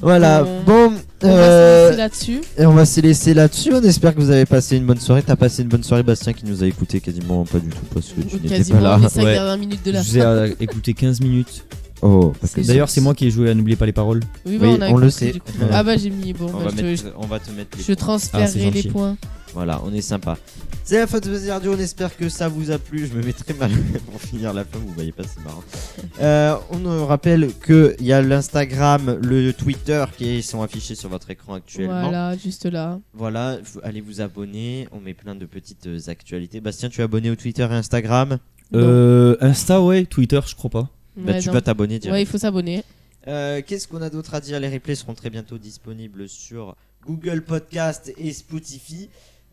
voilà.
Euh,
Bon,
On va
euh,
se laisser là-dessus.
et on va se laisser là-dessus. On espère que vous avez passé une bonne soirée. T'as passé une bonne soirée, Bastien, qui nous a écouté quasiment pas du tout parce que tu n'étais pas
Quasiment
là.
les 5
Ouais.
dernières minutes de
Je
la
vous ai euh, écouté 15 minutes.
Oh, parce que
C'est
D'ailleurs,
gentil.
c'est moi qui ai joué à N'oubliez pas les paroles.
Oui, bah,
Oui,
on, a
on le
compris,
sait.
du coup.
Ouais.
Ah bah j'ai mis. Bon, bah, je, je,
on va te mettre
je transférerai les
gentil.
points.
Voilà, on est sympa. C'est la fin de Buzz Radio, on espère que ça vous a plu. Je me mettrai mal pour finir la fin, vous voyez pas, c'est [LAUGHS] marrant. Euh, on euh, rappelle qu'il y a l'Instagram, le Twitter qui sont affichés sur votre écran actuellement. Voilà.
Voilà, juste là.
vous- allez vous abonner, on met plein de petites euh, actualités. Bastien, tu es abonné au Twitter et Instagram
Euh, Insta, ouais. Twitter, je crois pas.
Bah,
Ouais,
Tu
non.
vas t'abonner direct.
Ouais, il faut s'abonner.
Euh, Qu'est-ce qu'on a d'autre à dire Les replays seront très bientôt disponibles sur Google Podcast et Spotify.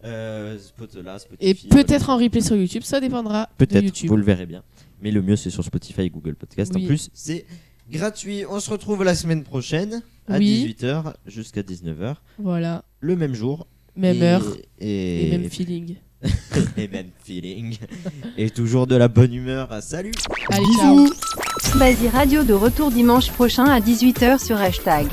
Euh, Spot- là,
Et
Spotify, voilà.
peut-être en replay sur YouTube, ça dépendra de
Peut-être,
YouTube.
vous le verrez bien. Mais le mieux, c'est sur Spotify et Google Podcast. En
Oui.
plus, c'est gratuit. On se retrouve la semaine prochaine à
Oui.
18h jusqu'à 19h.
Voilà,
Le même jour.
même
et,
heure
Et,
et même feeling.
[LAUGHS] et même feeling. et toujours de la bonne humeur. Salut
Allez, ciao.
Bisous Basi Radio de retour dimanche prochain à 18h sur hashtag.